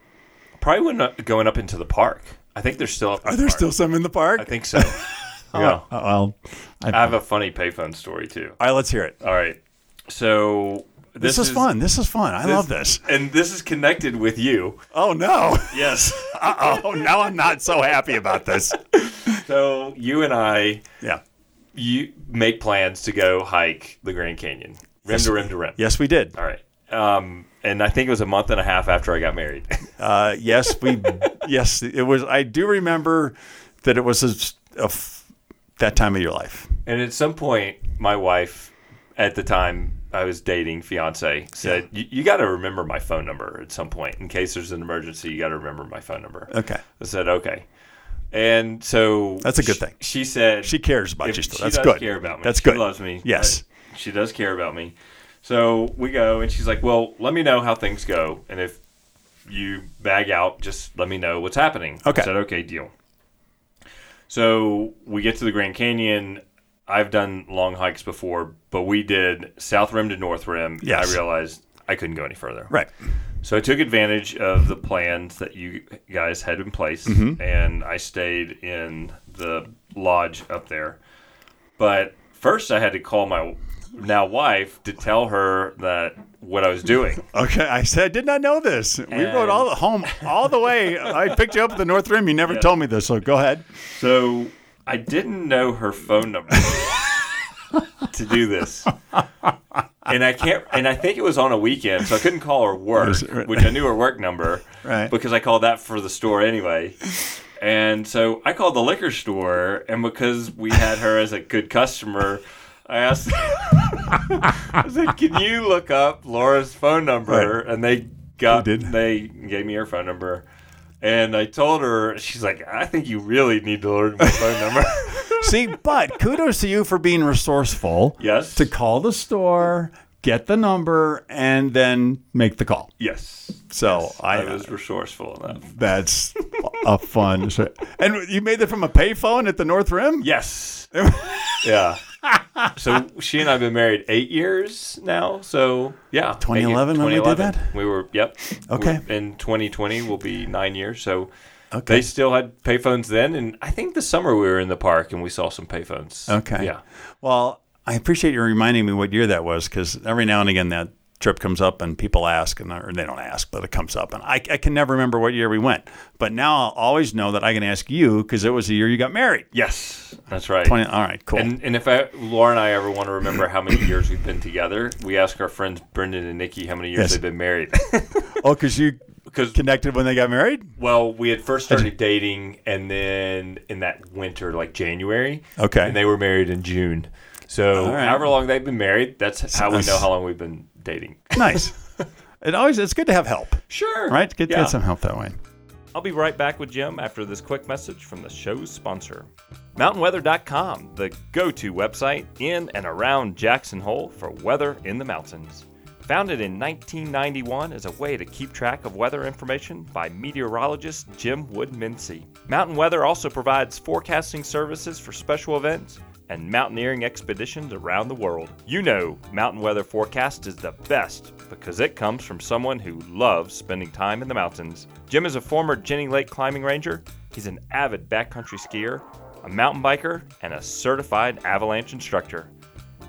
S1: Probably when uh, going up into the park. I think they're still. Up in
S2: Are
S1: the
S2: there
S1: park.
S2: still some in the park?
S1: I think so. yeah.
S2: Uh, well,
S1: I have a funny payphone story too.
S2: all right, let's hear it.
S1: All right. So this,
S2: This, is, fun. This is fun. I love this.
S1: and this is connected with you.
S2: Oh no.
S1: Yes.
S2: Uh oh. Now I'm not so happy about this.
S1: so you and I,
S2: Yeah.
S1: you make plans to go hike the Grand Canyon, rim to rim to rim.
S2: Yes, we did.
S1: All right. Um, and I think it was a month and a half after I got married.
S2: Uh, yes, we. yes, it was. I do remember that it was a, a f- that time of your life.
S1: and at some point, my wife, at the time I was dating, fiance, said, "You- "You got to remember my phone number at some point in case there's an emergency. You got to remember my phone number."
S2: Okay.
S1: I said, "Okay." And so
S2: That's a good
S1: sh-
S2: thing.
S1: She said
S2: She cares about
S1: if
S2: you still.
S1: She
S2: That's
S1: does
S2: good.
S1: Care about me.
S2: That's
S1: she
S2: good.
S1: Loves me.
S2: Yes.
S1: I- she does care about me. So we go, and she's like, "Well, let me know how things go, and if you bag out, just let me know what's happening."
S2: Okay.
S1: I said, "Okay, deal." So we get to the Grand Canyon. I've done long hikes before, but we did South Rim to North Rim. and
S2: Yes.
S1: I realized I couldn't go any further.
S2: Right.
S1: So I took advantage of the plans that you guys had in place, and I stayed in the lodge up there. But first, I had to call my now wife to tell her that what I was doing.
S2: Okay. I said I did not know this. we rode
S1: And-
S2: all the home all the way. I picked you up at the North Rim. You never told me this. So go ahead.
S1: So I didn't know her phone number to do this. And I can't and I think it was on a weekend, so I couldn't call her work,
S2: Right.
S1: which I knew her work number.
S2: Right.
S1: Because I called that for the store anyway. And so I called the liquor store and because we had her as a good customer, I asked I said, Can you look up Laura's phone number? And they got
S2: They did.
S1: they gave me her phone number. And I told her, she's like, I think you really need to learn my phone number.
S2: See, but kudos to you for being resourceful.
S1: Yes.
S2: To call the store, get the number, and then make the call.
S1: yes.
S2: So
S1: I,
S2: I,
S1: was resourceful enough.
S2: that's a fun. And you made that from a payphone at the North Rim.
S1: Yes. yeah. So she and I have been married eight years now. So yeah. eight years-
S2: 2011 when we did
S1: 2011.
S2: that?
S1: We were, yep.
S2: Okay.
S1: We're- in 2020 will be nine years. So
S2: Okay.
S1: they still had payphones then. And I think the summer we were in the park and we saw some payphones.
S2: Okay.
S1: Yeah.
S2: Well, I appreciate you reminding me what year that was because every now and again that trip comes up and people ask, and or they don't ask, but it comes up, and I, I can never remember what year we went. But now I'll always know that I can ask you because it was the year you got married.
S1: Yes. That's right.
S2: Twenty. All right. Cool.
S1: And, and if I, Laura and I ever want to remember how many years we've been together, we ask our friends Brendan and Nikki how many years
S2: Yes.
S1: they've been married.
S2: oh, because you
S1: Because
S2: connected when they got married.
S1: well, we had first started dating, and then in that winter, like January,
S2: Okay.
S1: and they were married in June. So
S2: right.
S1: however long they've been married, that's how we
S2: that's-
S1: know how long we've been dating.
S2: Nice. it always it's good to have help,
S1: Sure.
S2: right? Good to
S1: Yeah.
S2: have some help that way.
S1: I'll be right back with Jim after this quick message from the show's sponsor. MountainWeather.com, the go to website in and around Jackson Hole for weather in the mountains. Founded in 1991 as a way to keep track of weather information by meteorologist Jim Wood Mincy. Mountain Weather also provides forecasting services for special events and mountaineering expeditions around the world. You know, Mountain Weather Forecast is the best because it comes from someone who loves spending time in the mountains. Jim is a former Jenny Lake climbing ranger, he's an avid backcountry skier, a mountain biker, and a certified avalanche instructor.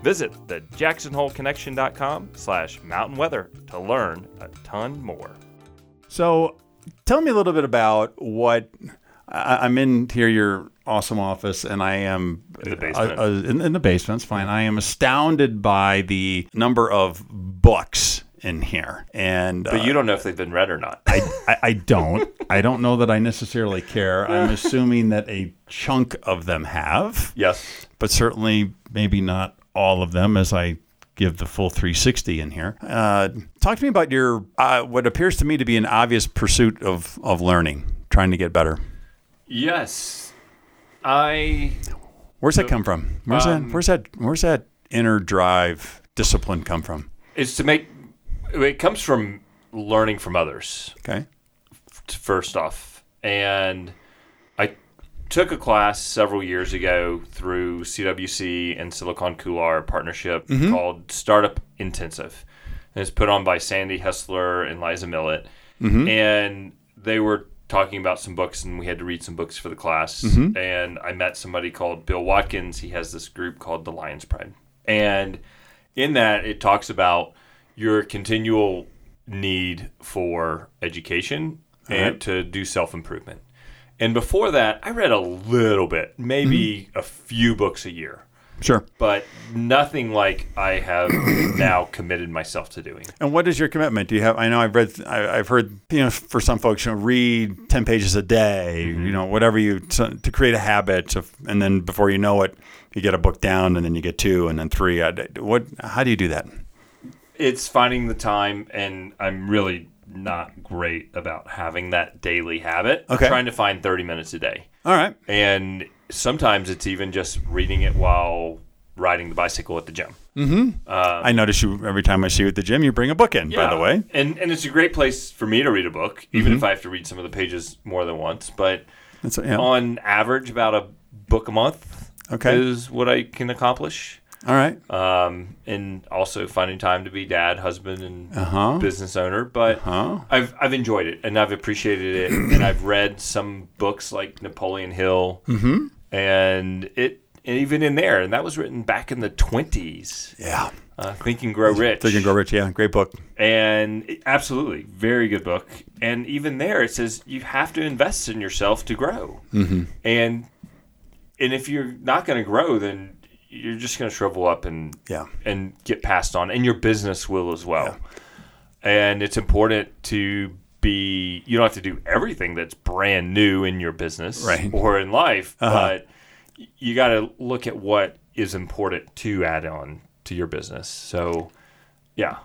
S1: Visit the jacksonholeconnection.com slash mountain weather to learn a ton more.
S2: So, tell me a little bit about what I, I'm in here. Your awesome office, and I am
S1: In the basement.
S2: uh, uh, in, in the basement. It's fine. I am astounded by the number of books in here, and uh,
S1: But you don't know if they've been read or not.
S2: I, I don't. I don't know that I necessarily care. I'm assuming that a chunk of them have,
S1: yes.
S2: but certainly maybe not all of them, as I give the full 360 in here. Uh, talk to me about your uh, what appears to me to be an obvious pursuit of of learning, trying to get better.
S1: Yes. I
S2: Where's that come from? Where's that? Where's that? Where's that inner drive discipline come from?
S1: Is to make it comes from learning from others
S2: Okay.
S1: t- first off, and I took a class several years ago through CWC and Silicon Coolar partnership called Startup Intensive, and it's put on by Sandy Hessler and Liza Millett, and they were talking about some books and we had to read some books for the class and i met somebody called bill watkins he has this group called the lions pride and in that it talks about your continual need for education and to do self improvement. And before that, I read a little bit, maybe
S2: Mm-hmm.
S1: a few books a year,
S2: Sure.
S1: but nothing like I have now committed myself to doing.
S2: And what is your commitment? Do you have? I know I've read, I, I've heard, you know, for some folks, you know, read ten pages a day,
S1: Mm-hmm.
S2: you know, whatever you to, to create a habit, of, and then before you know it, you get a book down, and then you get two, and then three. I, what? How do you do that?
S1: It's finding the time, and I'm really not great about having that daily habit. I'm
S2: Okay.
S1: trying to find 30 minutes a day.
S2: All right.
S1: And sometimes it's even just reading it while riding the bicycle at the gym. Uh,
S2: I notice you every time I see you at the gym, you bring a book in. By the way, Mm-hmm.
S1: And and it's a great place for me to read a book, even if I have to read some of the pages more than once. But
S2: that's yeah.
S1: on average, about a book a month
S2: Okay.
S1: is what I can accomplish.
S2: All right.
S1: Um, and also finding time to be dad, husband, and
S2: Uh-huh.
S1: business owner. But
S2: Uh-huh.
S1: I've I've enjoyed it and I've appreciated it, and I've read some books like Napoleon Hill, mm-hmm. and it. And even in there, and that was written back in the 20s.
S2: Yeah.
S1: Uh, Think and Grow Rich
S2: Think and Grow Rich. Yeah, great book.
S1: and it- absolutely very good book and even there it says you have to invest in yourself to grow mm-hmm. and and if you're not going to grow then you're just going to shrivel up and
S2: Yeah.
S1: and get passed on and your business will as well and it's important to be you don't have to do everything that's brand new in your business
S2: Right. Uh-huh.
S1: or in life but y- you got to look at what is important to add on to your business so yeah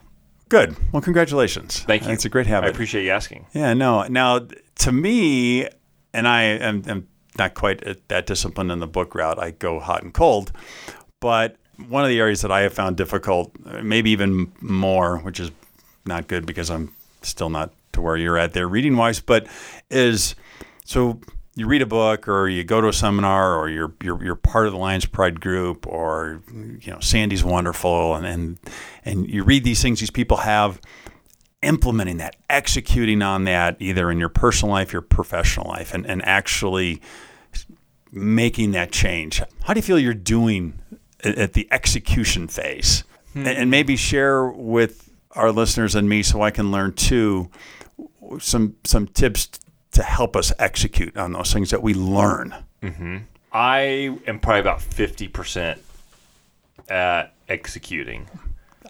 S2: Good. Well, congratulations.
S1: Thank you.
S2: It's a great
S1: I
S2: habit.
S1: appreciate you asking.
S2: Yeah, no. Now, th- to me, and I am, am not quite at that disciplined in the book route. I go hot and cold, but one of the areas that I have found difficult, uh, maybe even more, which is not good because I'm still not to where you're at there reading wise, but is so you read a book or you go to a seminar or you're you're, you're part of the Lions Pride group or you know Sandy's wonderful and and and you read these things these people have implementing that, executing on that, either in your personal life, your professional life, and, and actually making that change. How do you feel you're doing at, at the execution phase?
S1: Hmm.
S2: And, and maybe share with our listeners and me so I can learn too some some tips to help us execute on those things that we learn.
S1: I am probably about 50% at executing.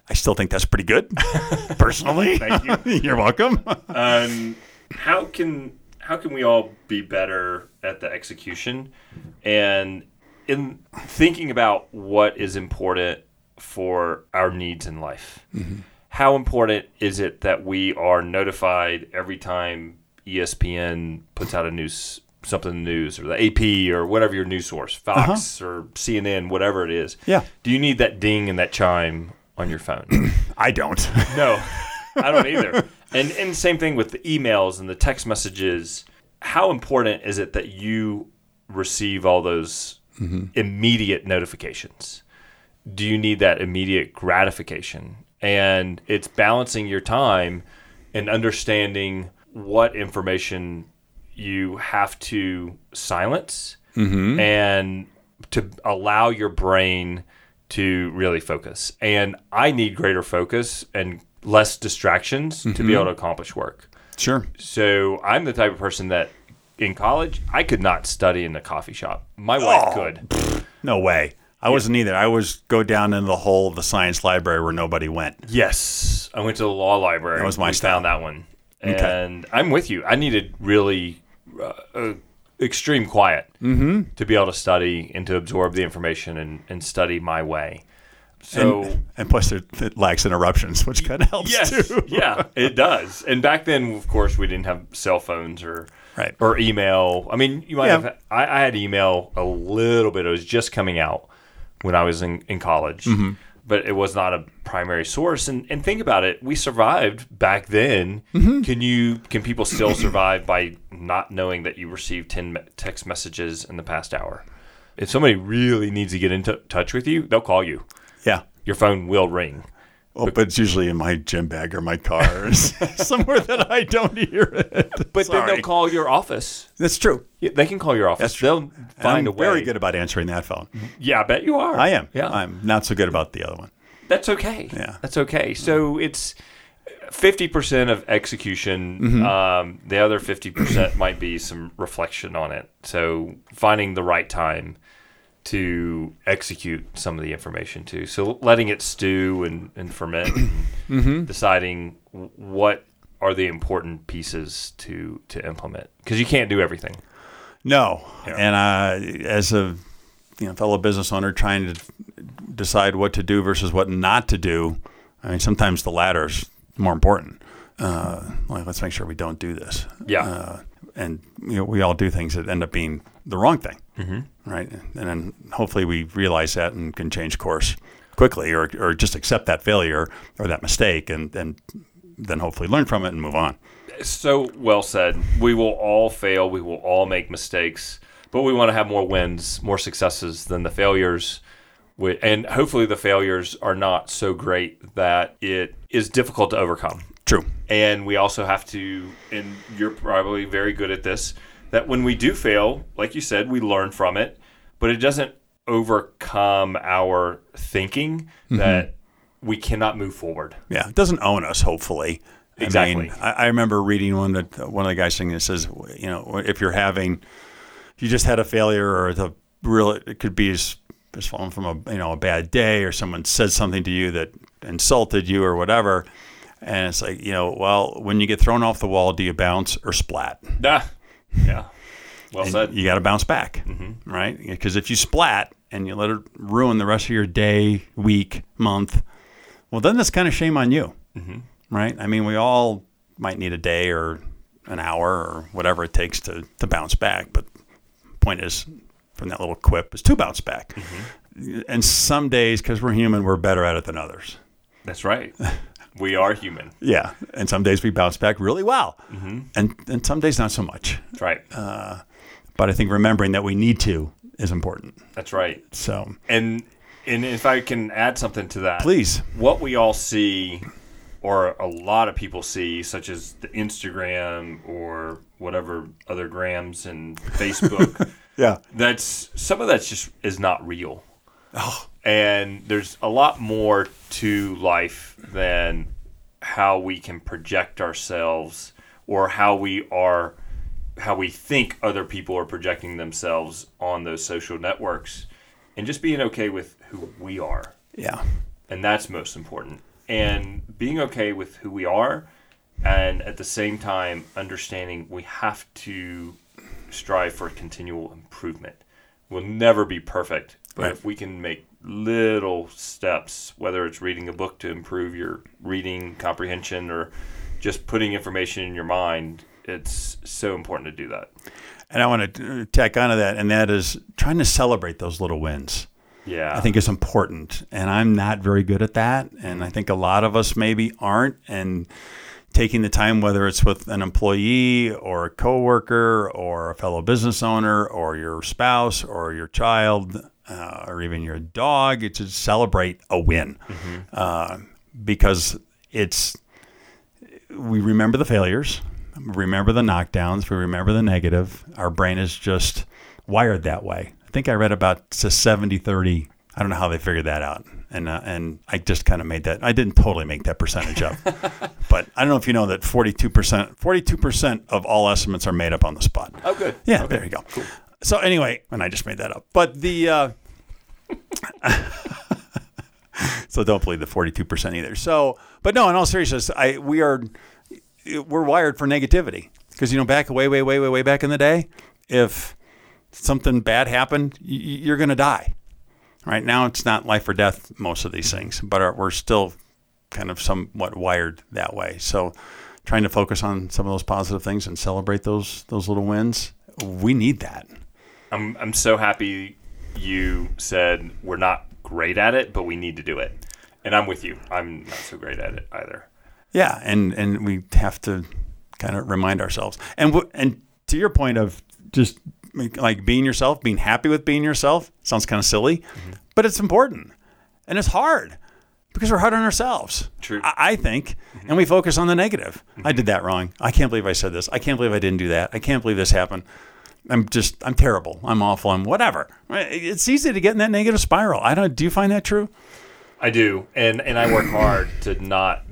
S2: I still think that's pretty good, personally.
S1: Thank you.
S2: You're welcome.
S1: Um, how can how can we all be better at the execution and in thinking about what is important for our needs in life? How important is it that we are notified every time E ESPN puts out a news something in the news or the AP or whatever your news source, Fox or CNN, whatever it is?
S2: Yeah.
S1: Do you need that ding and that chime on your phone?
S2: I don't.
S1: No, I don't either. And and same thing with the emails and the text messages. How important is it that you receive all those immediate notifications? Do you need that immediate gratification? And it's balancing your time and understanding what information you have to silence and to allow your brain to really focus. And I need greater focus and less distractions to be able to accomplish work.
S2: Sure.
S1: So I'm the type of person that in college I could not study in a coffee shop. My wife
S2: Oh.
S1: could.
S2: No way. I wasn't either. I was go down in the hole of the science library where nobody went.
S1: Yes, I went to the law library. That
S2: was my
S1: we
S2: style.
S1: found that one. And I'm with you. I needed really uh, uh, extreme quiet
S2: Mm-hmm.
S1: to be able to study and to absorb the information and, and study my way. So
S2: And plus, there, it lacks interruptions, which kind of helps
S1: Oh. Yes,
S2: too.
S1: yeah, it does. And back then, of course, we didn't have cell phones or
S2: Right.
S1: or email. I mean, you might
S2: Yeah.
S1: have. I,
S2: Mm-hmm.
S1: I had email a little bit. It was just coming out when I was in in college, but it was not a primary source. And and think about it, we survived back then.
S2: Mm-hmm.
S1: Can you can people still survive by not knowing that you received ten me- text messages in the past hour? If somebody really needs to get in t- touch with you, they'll call you.
S2: Yeah.
S1: Your phone will ring.
S2: Oh, but it's usually in my gym bag or my car, or somewhere that I don't hear it.
S1: But then
S2: Sorry.
S1: they'll call your office.
S2: That's true.
S1: Yeah, they can call your office. They'll
S2: And
S1: find
S2: I'm
S1: a way.
S2: very good about answering that phone.
S1: Yeah, I bet you are.
S2: I am.
S1: Yeah,
S2: I'm not so good about the other one.
S1: that's okay.
S2: Yeah.
S1: that's okay. So it's fifty percent of execution. Um, the other fifty percent might be some reflection on it. So finding the right time to execute some of the information too. So letting it stew and and ferment, and deciding w- what are the important pieces to to implement because you can't do everything.
S2: No. And I, as a you know, fellow business owner trying to decide what to do versus what not to do, I mean, sometimes the latter is more important. Uh, like, let's make sure we don't do this.
S1: Yeah.
S2: Uh, and you know, we all do things that end up being the wrong thing. Mm-hmm. Right. And then hopefully we realize that and can change course quickly or, or just accept that failure or that mistake and, and then hopefully learn from it and move on.
S1: So well said. We will all fail. We will all make mistakes, but we want to have more wins, more successes than the failures. Wi- And hopefully, the failures are not so great that it is difficult to overcome.
S2: True.
S1: And we also have to, and you're probably very good at this, that when we do fail, like you said, we learn from it, but it doesn't overcome our thinking that we cannot move forward.
S2: Yeah, it doesn't own us. Hopefully, I,
S1: Exactly.
S2: mean, I, I remember reading one that one of the guys saying that says, you know, if you're having, if you just had a failure or the real, it could be as as falling from a you know a bad day or someone said something to you that insulted you or whatever, and it's like you know, well, when you get thrown off the wall, do you bounce or splat?
S1: Ah, yeah. Well
S2: And
S1: said.
S2: you got to bounce back, right? Because if you splat and you let it ruin the rest of your day, week, month, well, then that's kind of shame on you, right? I mean, we all might need a day or an hour or whatever it takes to, to bounce back. But point is, from that little quip, is to bounce back. And some days, because we're human, we're better at it than others.
S1: That's right. We are human.
S2: Yeah. And some days we bounce back really well. And, and some days not so much.
S1: That's right.
S2: But I think remembering that we need to is important.
S1: That's right.
S2: So.
S1: And and if I can add something to that,
S2: Please.
S1: What we all see, or a lot of people see, such as the Instagram or whatever other grams and Facebook,
S2: Yeah.
S1: that's some of that's just is not real. And there's a lot more to life than how we can project ourselves or how we are how we think other people are projecting themselves on those social networks and just being okay with who we are
S2: Yeah.
S1: and that's most important. And being okay with who we are, and at the same time understanding we have to strive for continual improvement. We'll never be perfect, but
S2: Right.
S1: if we can make little steps, whether it's reading a book to improve your reading comprehension or just putting information in your mind, it's so important to do that.
S2: And I want to tack onto that, and that is trying to celebrate those little wins.
S1: Yeah,
S2: I think is important, and I'm not very good at that, and I think a lot of us maybe aren't. And taking the time, whether it's with an employee or a coworker or a fellow business owner or your spouse or your child uh, or even your dog, it's to celebrate a win uh, because it's we remember the failures, remember the knockdowns, we remember the negative. Our brain is just wired that way. I think I read about s- 70 30. I don't know how they figured that out. And, uh, and I just kind of made that. I didn't totally make that percentage up. but I don't know if you know that 42%, 42% of all estimates are made up on the spot.
S1: Oh, good.
S2: Yeah, there you go. So anyway, and I just made that up. But the uh, so don't believe the forty-two percent either. So, but no, in all seriousness, I we are we're wired for negativity because you know back way, way, way, way, way back in the day, if something bad happened, y- y- you're going to die. Right now, it's not life or death most of these things, but are, we're still kind of somewhat wired that way. So, trying to focus on some of those positive things and celebrate those those little wins, we need that.
S1: I'm I'm so happy you said we're not great at it, but we need to do it. And I'm with you. I'm not so great at it either.
S2: Yeah, and and we have to kind of remind ourselves. And wh- and to your point of just like being yourself, being happy with being yourself sounds kind of silly, but it's important and it's hard because we're hard on ourselves.
S1: True.
S2: I, I think, and we focus on the negative. I did that wrong. I can't believe I said this. I can't believe I didn't do that. I can't believe this happened. I'm just I'm terrible. I'm awful. I'm whatever. It's easy to get in that negative spiral. I don't. Do you find that true?
S1: I do, and and I work hard to not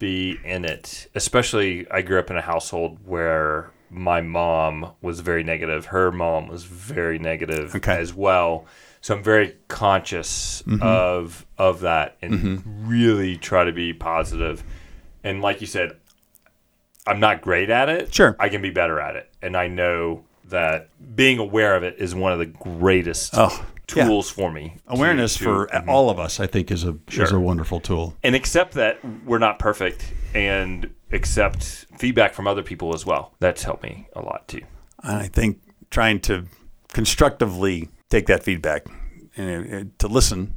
S1: be in it. Especially, I grew up in a household where my mom was very negative. Her mom was very negative
S2: Okay. Mm-hmm.
S1: as well. So I'm very conscious of of that, and really try to be positive. And like you said, I'm not great at it.
S2: Sure.
S1: I can be better at it, and I know that being aware of it is one of the greatest
S2: Oh, yeah.
S1: tools for me. to-
S2: Awareness
S1: to-
S2: for all of us, I think, is a is a wonderful tool.
S1: and accept that we're not perfect and accept feedback from other people as well. That's helped me a lot too.
S2: And I think trying to constructively take that feedback and uh, to listen,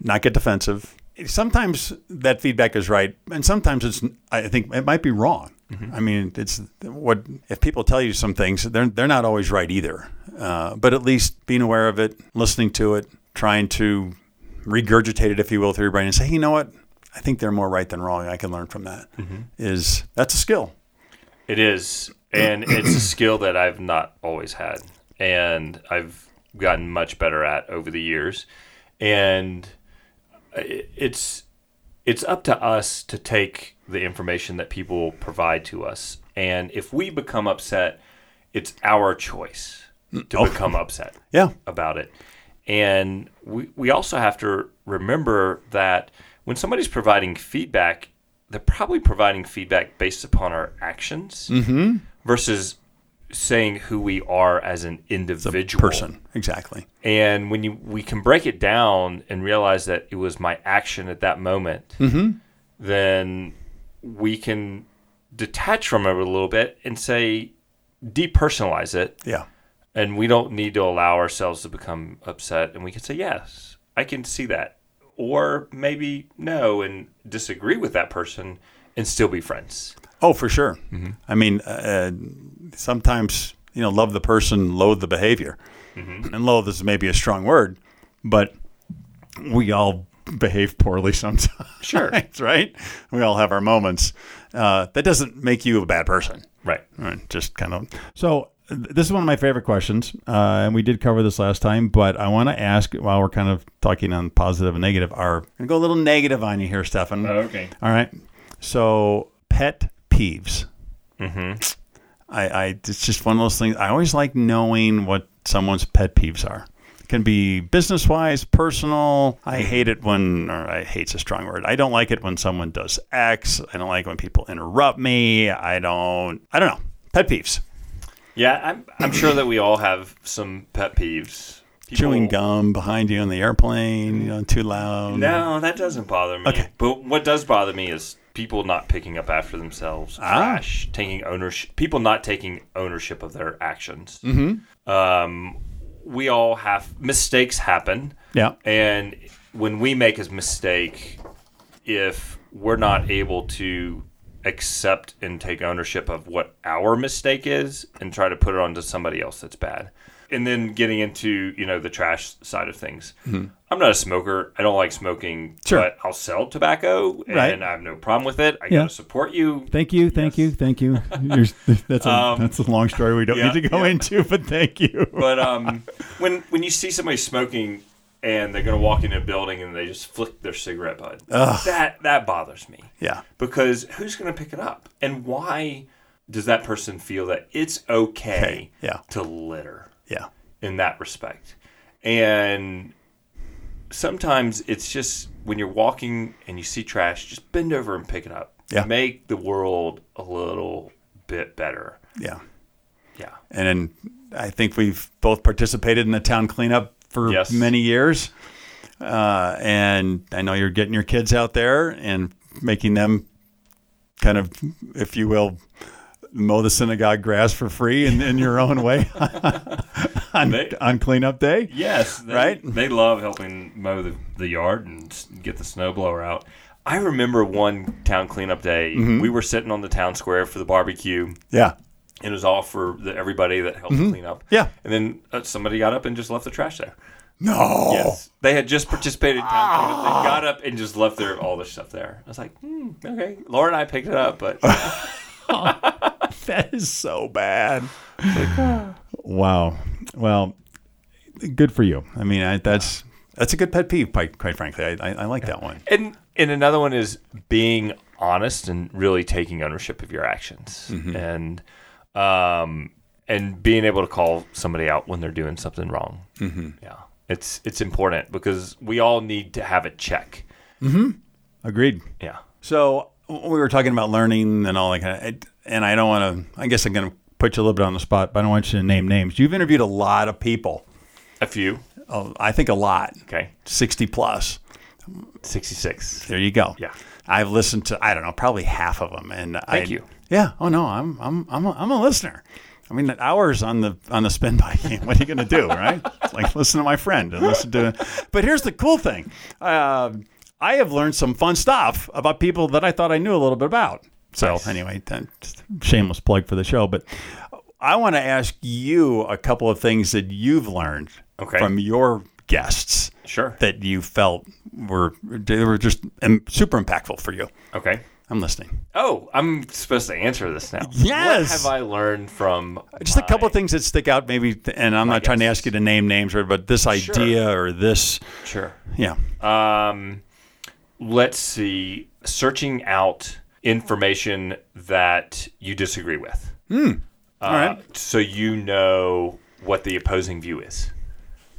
S2: not get defensive. Sometimes that feedback is right, and sometimes it's. I think it might be wrong. I mean, it's what if people tell you some things, they're they're not always right either. Uh, but at least being aware of it, listening to it, trying to regurgitate it, if you will, through your brain, and say, you know what, I think they're more right than wrong. I can learn from that. Is that's a skill.
S1: It is, and it's a skill that I've not always had, and I've gotten much better at over the years, and i- it's it's up to us to take the information that people provide to us, and if we become upset, it's our choice to become upset.
S2: Yeah.
S1: about it. And we, we also have to remember that when somebody's providing feedback, they're probably providing feedback based upon our actions versus saying who we are as an individual
S2: Person. Exactly.
S1: And when you we can break it down and realize that it was my action at that moment, then we can detach from it a little bit and say depersonalize it
S2: Yeah.
S1: and we don't need to allow ourselves to become upset and we can say yes i can see that or maybe no and disagree with that person and still be friends
S2: Oh, for sure. I mean, uh, uh, sometimes you know, love the person, loathe the behavior, and loathe is maybe a strong word, but we all behave poorly sometimes.
S1: Sure.
S2: right? We all have our moments. Uh, that doesn't make you a bad person.
S1: right
S2: All right, just kind of. So th- this is one of my favorite questions, uh, and we did cover this last time, but I want to ask while we're kind of talking on positive and negative. Are I'm gonna go a little negative on you here, Stefan.
S1: Okay.
S2: All right. So pet peeves. Mm-hmm. I, I it's just one of those things. I always like knowing what someone's pet peeves are. It can be business wise, personal. I hate it when, or I hate's a strong word. I don't like it when someone does X. I don't like when people interrupt me. I don't. I don't know. Pet peeves.
S1: yeah i'm, I'm sure that we all have some pet peeves People-
S2: Chewing gum behind you on the airplane. You know, too loud.
S1: no that doesn't bother me
S2: Okay.
S1: but what does bother me is people not picking up after themselves
S2: Ah.
S1: trash taking ownership people not taking ownership of their actions mm-hmm. um, we all have mistakes happen
S2: Yeah.
S1: And when we make a mistake, if we're not able to accept and take ownership of what our mistake is and try to put it onto somebody else that's bad. And then getting into, you know, the trash side of things. I'm not a smoker. I don't like smoking,
S2: Hmm. Sure.
S1: but I'll sell tobacco and
S2: Right.
S1: I have no problem with it. I
S2: Yeah.
S1: gotta support you.
S2: Thank you, thank you, thank you. You're, that's a that's a long story we don't
S1: Um, yeah,
S2: need to go
S1: yeah.
S2: into, but thank you.
S1: But um, when when you see somebody smoking and they're gonna walk into a building and they just flick their cigarette butt, that that bothers me.
S2: Yeah,
S1: because who's going to pick it up and why does that person feel that it's okay,
S2: Okay, yeah.
S1: to litter
S2: yeah,
S1: in that respect and sometimes it's just when you're walking and you see trash just bend over and pick it up
S2: Yeah.
S1: make the world a little bit better
S2: yeah.
S1: yeah
S2: And I think we've both participated in the town cleanup for
S1: Yes.
S2: many years. Uh, and I know you're getting your kids out there and making them kind of, if you will, mow the synagogue grass for free in, in your own way. on,
S1: They-
S2: on cleanup day.
S1: Yes, they,
S2: Right?
S1: They love helping mow the, the yard and s- get the snow blower out. I remember one town cleanup day.
S2: Mm-hmm.
S1: We were sitting on the town square for the barbecue.
S2: Yeah.
S1: It was all for the, everybody that helped clean up.
S2: Yeah.
S1: and then uh, somebody got up and just left the trash there.
S2: No.
S1: Yes, they had just participated. In town cleanup. They got up and just left their all their stuff there. I was like, hmm, okay. Laura and I picked it up, but
S2: That is so bad. wow. Well, good for you. I mean, I, that's that's a good pet peeve, quite, quite frankly. I, I, I like that one.
S1: And and another one is being honest and really taking ownership of your actions and um and being able to call somebody out when they're doing something wrong. Mm-hmm. Yeah, it's it's important because we all need to have a check.
S2: Agreed.
S1: Yeah,
S2: So we were talking about learning and all that kind of, and I don't want to. I guess I'm going to put you a little bit on the spot, but I don't want you to name names. You've interviewed a lot of people.
S1: a few.
S2: Oh, I think a lot,
S1: Okay,
S2: sixty plus.
S1: sixty six.
S2: There you go.
S1: Yeah.
S2: I've listened to I don't know probably half of them, and
S1: Thank you.
S2: Yeah. Oh no, I'm I'm I'm a, I'm a listener. I mean, hours on the on the spin by game. What are you going to do, right? It's like listen to my friend and listen to. But here's the cool thing. Um I have learned some fun stuff about people that I thought I knew a little bit about. So anyway, that- just a shameless plug for the show. But I want to ask you a couple of things that you've learned
S1: Okay.
S2: from your guests
S1: Sure.
S2: that you felt were they were just um, super impactful for you.
S1: Okay.
S2: I'm listening.
S1: Oh, I'm supposed to answer this now.
S2: Yes!
S1: What have I learned from
S2: Just a couple of things that stick out, maybe. And I'm not trying to ask you to name names, or but this idea or this,
S1: Sure.
S2: yeah,
S1: um, let's see, searching out information that you disagree with. Uh,
S2: right.
S1: So you know what the opposing view is.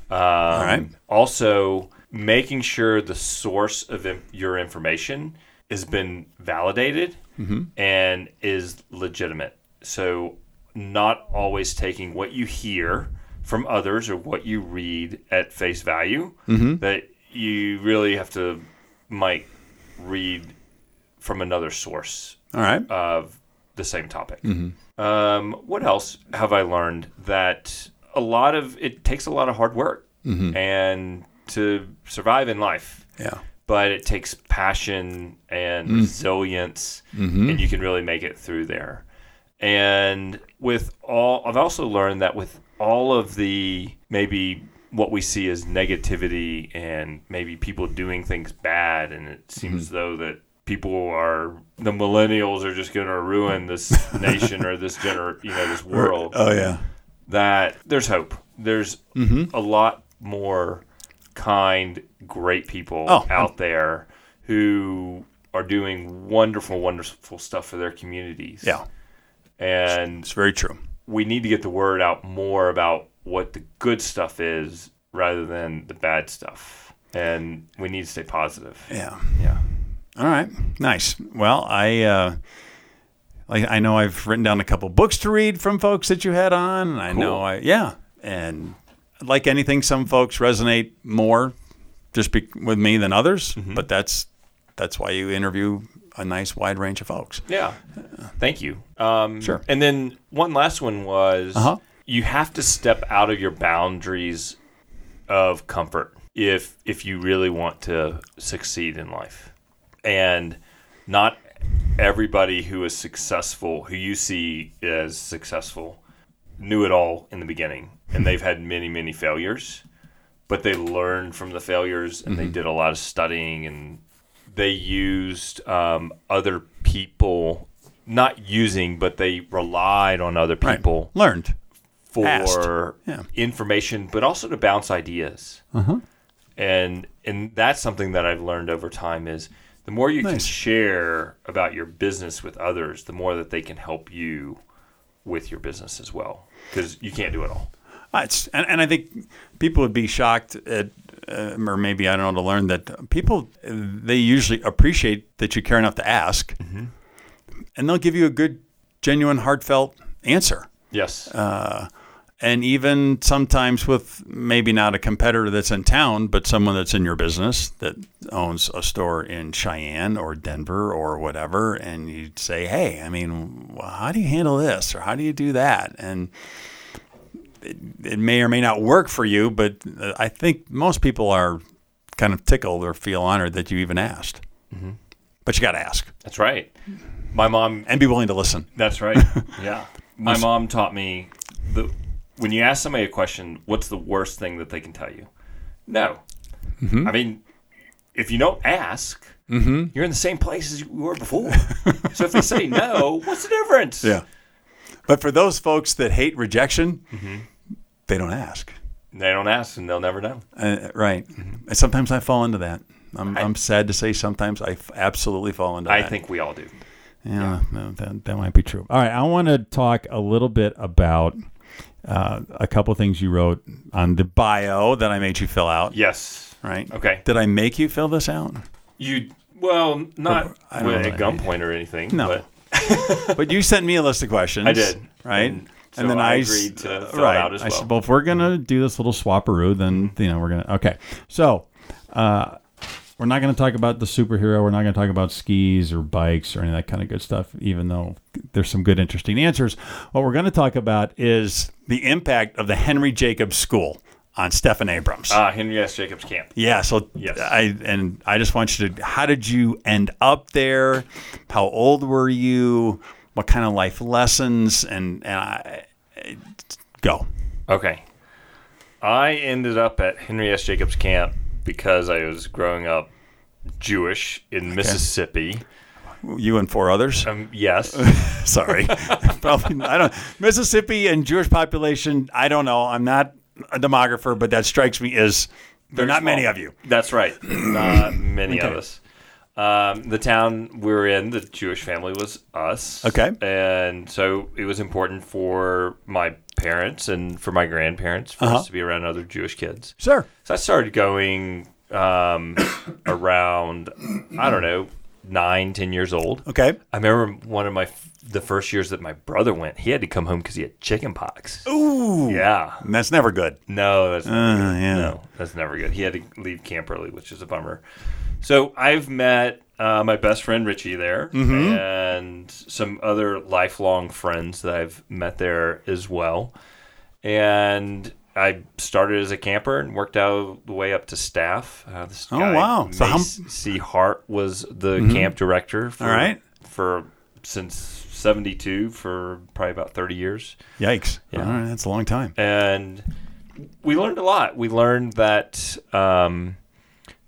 S1: Um, All
S2: right.
S1: Also, making sure the source of in- your information has been validated
S2: Mm-hmm.
S1: and is legitimate. So, not always taking what you hear from others or what you read at face value,
S2: Mm-hmm.
S1: that you really have to, might read from another source
S2: all right,
S1: of the same topic. Um, what else have I learned? That a lot of it takes a lot of hard work and to survive in life.
S2: yeah,
S1: But it takes passion and resilience, and you can really make it through there. And with all, I've also learned that with all of the maybe what we see as negativity and maybe people doing things bad, and it seems though that people are the millennials are just going to ruin this nation or this gener, you know, this world.
S2: oh yeah,
S1: That there's hope. There's
S2: Mm-hmm.
S1: a lot more kind, great people
S2: Oh,
S1: out there who are doing wonderful, wonderful stuff for their communities.
S2: yeah.
S1: And
S2: It's very true.
S1: we need to get the word out more about what the good stuff is rather than the bad stuff. And we need to stay positive.
S2: Yeah.
S1: Yeah.
S2: All right. Nice. Well, I uh, like I know I've written down a couple books to read from folks that you had on. And I know
S1: Cool.
S2: I yeah, and like anything, some folks resonate more just be, with me than others.
S1: Mm-hmm.
S2: But that's that's why you interview a nice wide range of folks.
S1: Yeah. Thank you. Um,
S2: Sure.
S1: And then one last one was
S2: Uh-huh.
S1: you have to step out of your boundaries of comfort if if you really want to succeed in life. And not everybody who is successful, who you see as successful, knew it all in the beginning. And they've had many, many failures, but they learned from the failures and they did a lot of studying and they used um, other people, not using, but they relied on other
S2: Right.
S1: people
S2: learned.
S1: for
S2: Yeah. Uh-huh.
S1: information, but also to bounce ideas. And and that's something that I've learned over time is the more you can
S2: Nice.
S1: share about your business with others, the more that they can help you with your business as well, because you can't do it all.
S2: Uh, It's, and, and I think people would be shocked at, uh, or maybe I don't know, to learn that people uh, they usually appreciate that you care enough to ask, and they'll give you a good, genuine, heartfelt answer.
S1: Yes.
S2: Uh, And even sometimes with maybe not a competitor that's in town, but someone that's in your business that owns a store in Cheyenne or Denver or whatever, and you say, "Hey, I mean, wh- how do you handle this, or how do you do that?" And it, it may or may not work for you, but uh, I think most people are kind of tickled or feel honored that you even asked. But you got to ask
S1: That's right. My mom.
S2: and be willing to listen.
S1: That's right. Yeah. My mom taught me the when you ask somebody a question, what's the worst thing that they can tell you? No.
S2: Mm-hmm.
S1: I mean, if you don't ask, you're in the same place as you were before. so if they say no, what's the difference?
S2: But for those folks that hate rejection, they don't ask.
S1: They don't ask and they'll never know.
S2: Uh, right.
S1: Mm-hmm.
S2: And sometimes I fall into that. I'm, I, am i am sad to say sometimes I f- absolutely fall into
S1: I
S2: that.
S1: think we all do.
S2: Yeah, no, that, that might be true. All right, I want to talk a little bit about uh, a couple things you wrote on the bio that I made you fill out.
S1: Yes.
S2: Right.
S1: Okay.
S2: Did I make you fill this out?
S1: You well, not
S2: I don't
S1: with
S2: know.
S1: a gunpoint or anything.
S2: No.
S1: But
S2: But you sent me a list of questions.
S1: I did.
S2: Right.
S1: And so I agreed to
S2: s-
S1: fill it out as
S2: I said,
S1: well. Mm-hmm.
S2: well, if we're gonna do this little swaparoo, then you know we're gonna. Okay. So, uh, we're not gonna talk about the superhero. We're not gonna talk about skis or bikes or any of that kind of good stuff. Even though there's some good, interesting answers. What we're gonna talk about is the impact of the Henry Jacobs School on Stephen Abrams.
S1: uh, Henry S. Jacobs Camp.
S2: Yeah. So
S1: Yes.
S2: I and I just want you to. How did you end up there? How old were you? What kind of life lessons? And and I, go.
S1: Okay. I ended up at Henry S. Jacobs Camp because I was growing up Jewish in Mississippi.
S2: You and four others.
S1: Um, yes.
S2: Sorry. Probably. I don't. Mississippi and Jewish population. I don't know. I'm not a demographer, but that strikes me as there
S1: Very
S2: are not many
S1: small.
S2: of you.
S1: That's right. Not many of
S2: Okay.
S1: us. Um, the town we were in, the Jewish family was us.
S2: Okay.
S1: And so it was important for my parents and for my grandparents for
S2: Uh-huh.
S1: us to be around other Jewish kids.
S2: Sure.
S1: So I started going um, around, I don't know, nine, ten years old.
S2: Okay.
S1: I remember one of my the first years that my brother went, he had to come home because he had chicken pox.
S2: Ooh.
S1: Yeah.
S2: And that's never good.
S1: No, that's
S2: Uh, yeah.
S1: no, that's never good. He had to leave camp early, which is a bummer. So I've met uh, my best friend Richie there,
S2: Mm-hmm.
S1: and some other lifelong friends that I've met there as well. And I started as a camper and worked out the way up to staff. Uh, this
S2: Oh,
S1: guy,
S2: wow. So how- Mm-hmm.
S1: Mace C. Hart was the camp director. For,
S2: All right.
S1: for since '72 for probably about 30 years
S2: Yikes. All right. That's a long time.
S1: and we learned a lot. We learned that um,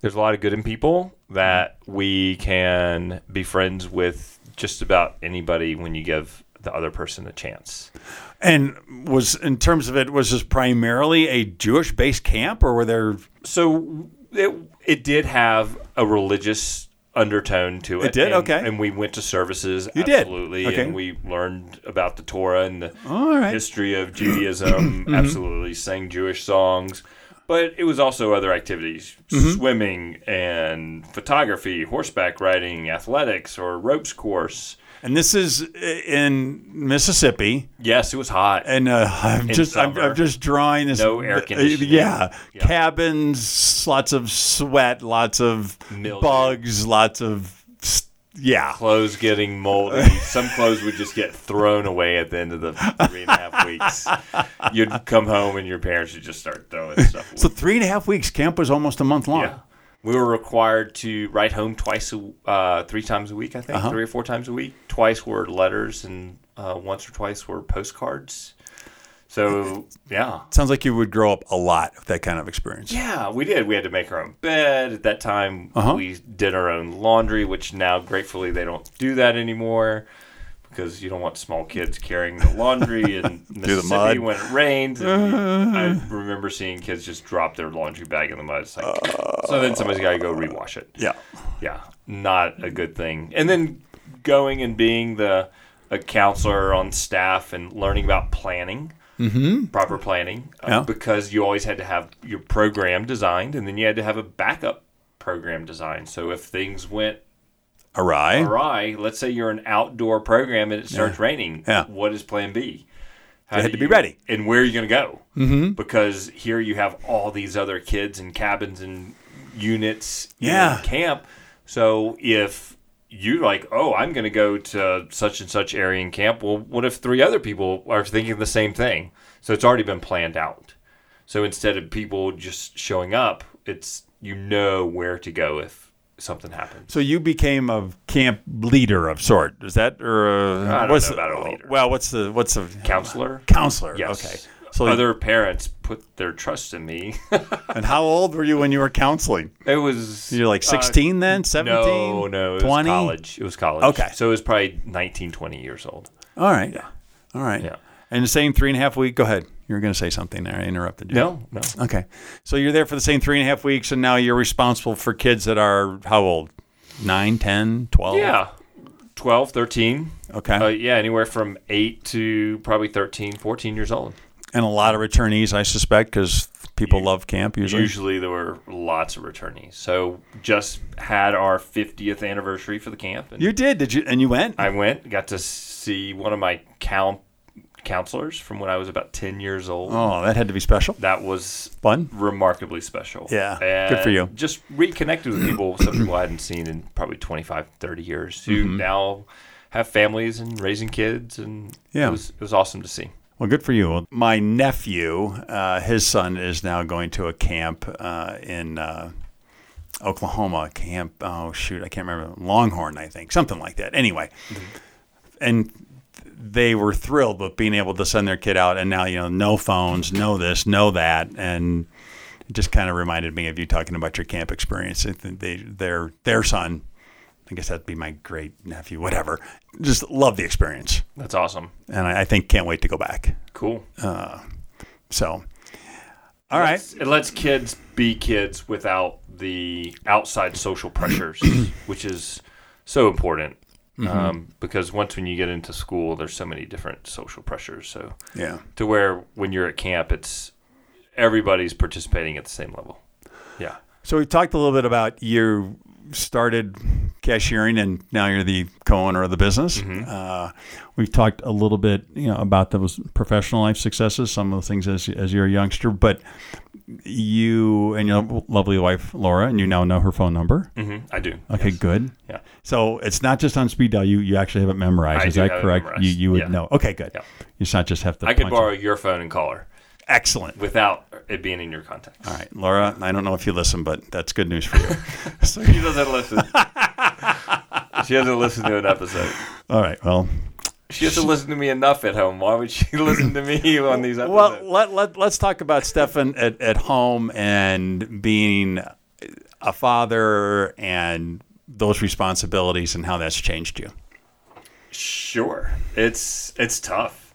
S1: there's a lot of good in people that we can be friends with just about anybody when you give the other person a chance.
S2: And was in terms of it, was this primarily a Jewish based camp, or were there?
S1: So it it did have a religious undertone to it.
S2: It did?
S1: and-
S2: Okay.
S1: And we went to services.
S2: You did?
S1: absolutely,
S2: Okay.
S1: And we learned about the Torah and the
S2: All right. Mm-hmm.
S1: history of Judaism, absolutely sang Jewish songs, but it was also other activities,
S2: Mm-hmm.
S1: swimming and photography, horseback riding, athletics or ropes course.
S2: And this is in Mississippi,
S1: Yes, it was hot.
S2: and uh, I'm just I'm,
S1: summer.
S2: I'm just drawing this.
S1: No air
S2: uh,
S1: conditioning.
S2: yeah,
S1: Yeah.
S2: cabins, lots of sweat, lots of
S1: Mildew.
S2: bugs, lots of s- yeah.
S1: clothes getting moldy. Some clothes would just get thrown away at the end of the three and a half weeks. You'd come home and your parents would just start throwing stuff.
S2: So three and a half weeks. Camp was almost a month long.
S1: Yeah. We were required to write home twice, a, uh, three times a week, I think, three or four times a week. Twice were letters, and uh, once or twice were postcards. So, yeah.
S2: Sounds like you would grow up a lot with that kind of experience.
S1: Yeah, we did. We had to make our own bed. At that time, we did our own laundry, which now, gratefully, they don't do that anymore because you don't want small kids carrying the laundry in Mississippi
S2: mud.
S1: when it rained. And you- I remember seeing kids just drop their laundry bag in the mud. It's like, so then somebody's got to go rewash it.
S2: Yeah.
S1: yeah, not a good thing. And then going and being the a counselor on staff and learning about planning, mm-hmm. proper planning, uh,
S2: Yeah.
S1: because you always had to have your program designed, and then you had to have a backup program designed. So if things went
S2: Awry.
S1: awry, let's say you're an outdoor program and it starts raining,
S2: Yeah.
S1: what is Plan B? How
S2: You
S1: do
S2: had to be ready.
S1: and where are you going to go? Mm-hmm. Because here you have all these other kids and cabins and units
S2: Yeah.
S1: in camp. So if you like, oh, I'm going to go to such and such Aryan camp. Well, what if three other people are thinking the same thing? So it's already been planned out. So instead of people just showing up, it's you know where to go if something happens.
S2: So you became a camp leader of sort. Is that or uh,
S1: I don't
S2: what's
S1: know
S2: the-
S1: about a leader.
S2: Well, what's the what's the
S1: Counselor?
S2: counselor?
S1: Yes.
S2: Okay.
S1: So
S2: So
S1: other parents put their trust in me.
S2: and how old were you when you were counseling?
S1: it was
S2: You're like
S1: uh,
S2: 16 then, 17,
S1: No, no, it was
S2: 20.
S1: college. It was college.
S2: Okay.
S1: So it was probably 19, 20 years old.
S2: All right, all right.
S1: Yeah.
S2: And the same three and a half week. Go ahead. You were going to say something there. I interrupted you.
S1: No, no.
S2: Okay. So you're there for the same three and a half weeks, and now you're responsible for kids that are how old? Nine, ten, twelve.
S1: Yeah. 12, 13.
S2: Okay.
S1: Uh, yeah, anywhere from 8 to probably 13, 14 years old.
S2: and a lot of returnees, I suspect, because people love camp usually.
S1: Usually there were lots of returnees. So just had our 50th anniversary for the camp. And
S2: You did, did you? And you went.
S1: I went, got to see one of my count counselors from when I was about 10 years old.
S2: oh, that had to be special.
S1: That was
S2: Fun.
S1: remarkably special.
S2: Yeah, good for you.
S1: And Just reconnected with people, some people I hadn't seen in probably 25, 30 years who
S2: Mm-hmm.
S1: now have families and raising kids. And
S2: Yeah.
S1: it, was, it was awesome to see.
S2: Well, good for you. My nephew, uh, his son is now going to a camp uh, in uh, Oklahoma. Camp, oh shoot, I can't remember. Longhorn, I think, something like that. Anyway, and they were thrilled with being able to send their kid out. And now, you know, no phones, no this, no that, and it just kind of reminded me of you talking about your camp experience. I think They, their, their son, I guess that'd be my great nephew, whatever. Just love the experience,
S1: That's awesome.
S2: and I, I think can't wait to go back.
S1: Cool.
S2: So, all right.
S1: It lets kids be kids without the outside social pressures, which is so important.
S2: Mm-hmm.
S1: Um, because once when you get into school, there's so many different social pressures. So
S2: Yeah.
S1: to where when you're at camp, it's everybody's participating at the same level. Yeah.
S2: So we talked a little bit about you started cashiering and now you're the co-owner of the business.
S1: Mm-hmm.
S2: Uh, we've talked a little bit, you know, about those professional life successes, some of the things as as you're a youngster, but you and your lovely wife Laura, and you now know her phone number.
S1: hmm I do.
S2: Okay, good.
S1: Yeah.
S2: So it's not just on speed dial. You you actually have it memorized.
S1: I
S2: Is
S1: do
S2: that
S1: have it
S2: correct? You
S1: memorized.
S2: you would
S1: Yeah.
S2: know. Okay, good.
S1: Yeah.
S2: It's not just have to.
S1: I could
S2: punch
S1: borrow
S2: it.
S1: your phone and call her
S2: Excellent.
S1: without it being in your contacts.
S2: All right, Laura. I don't know if you listen, but that's good news for you. so
S1: She doesn't listen. she hasn't listened to an episode.
S2: All right. Well,
S1: She doesn't listen to me enough at home. Why would she listen to me on these episodes?
S2: well, let, let let's talk about Stefan at, at home and being a father and those responsibilities and how that's changed you.
S1: Sure. It's it's tough.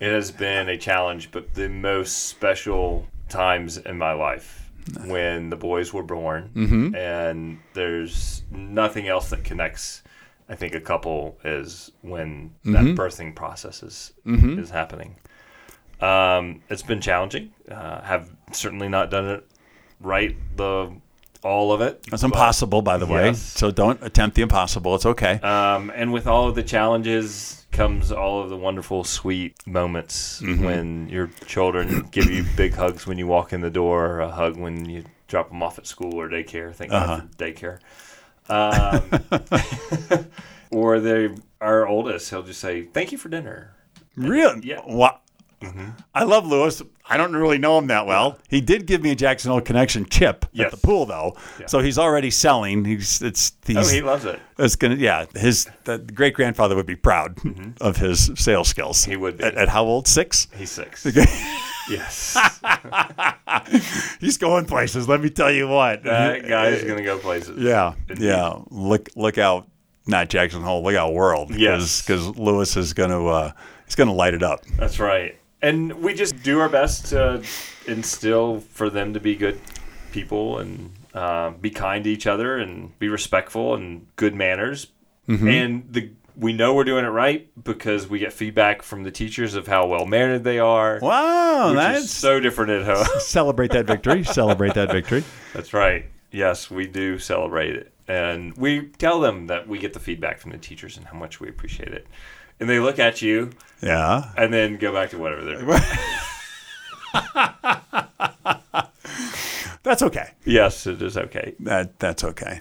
S1: It has been a challenge, but the most special times in my life when the boys were born and there's nothing else that connects I think a couple is when that birthing process is is happening. Um, it's been challenging. Uh, have certainly not done it right the all of it.
S2: That's impossible, by the way.
S1: Yes.
S2: So don't attempt the impossible. It's okay.
S1: Um, and with all of the challenges comes all of the wonderful, sweet moments when your children give you big hugs when you walk in the door, or a hug when you drop them off at school or daycare. Thank God for daycare. Um, or they, our oldest, he'll just say, "Thank you for dinner."
S2: Really?
S1: yeah.
S2: Wow. I love Lewis. I don't really know him that well. He did give me a Jackson Hole connection chip at
S1: Yes.
S2: the pool, though. So he's already selling. He's it's
S1: Oh,
S2: he's,
S1: he loves it.
S2: It's gonna, yeah. His great grandfather would be proud of his sales skills. Mm-hmm. He
S1: would be.
S2: At, at how old? Six.
S1: He's six. yes,
S2: He's going places. Let me tell you what.
S1: that guy's gonna go places.
S2: yeah, yeah. Look, look out! Not Jackson Hole. Look out, world.
S1: Yes.
S2: because Lewis is gonna, uh, he's gonna light it up.
S1: That's right. And we just do our best to instill for them to be good people and uh, be kind to each other and be respectful and good manners. And the we know we're doing it right because we get feedback from the teachers of how well mannered they are.
S2: Wow,
S1: which is
S2: that's
S1: so different at home.
S2: celebrate that victory. celebrate that victory.
S1: That's right. Yes, we do celebrate it. And we tell them that we get the feedback from the teachers and how much we appreciate it. And they look at you
S2: Yeah.
S1: and then go back to whatever they're doing.
S2: That's okay.
S1: Yes, it is okay.
S2: That that's okay.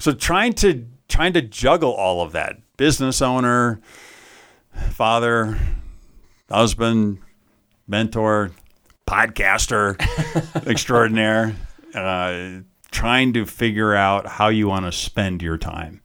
S2: So trying to trying to juggle all of that business owner, father, husband, mentor, podcaster extraordinaire, uh, trying to figure out how you want to spend your time.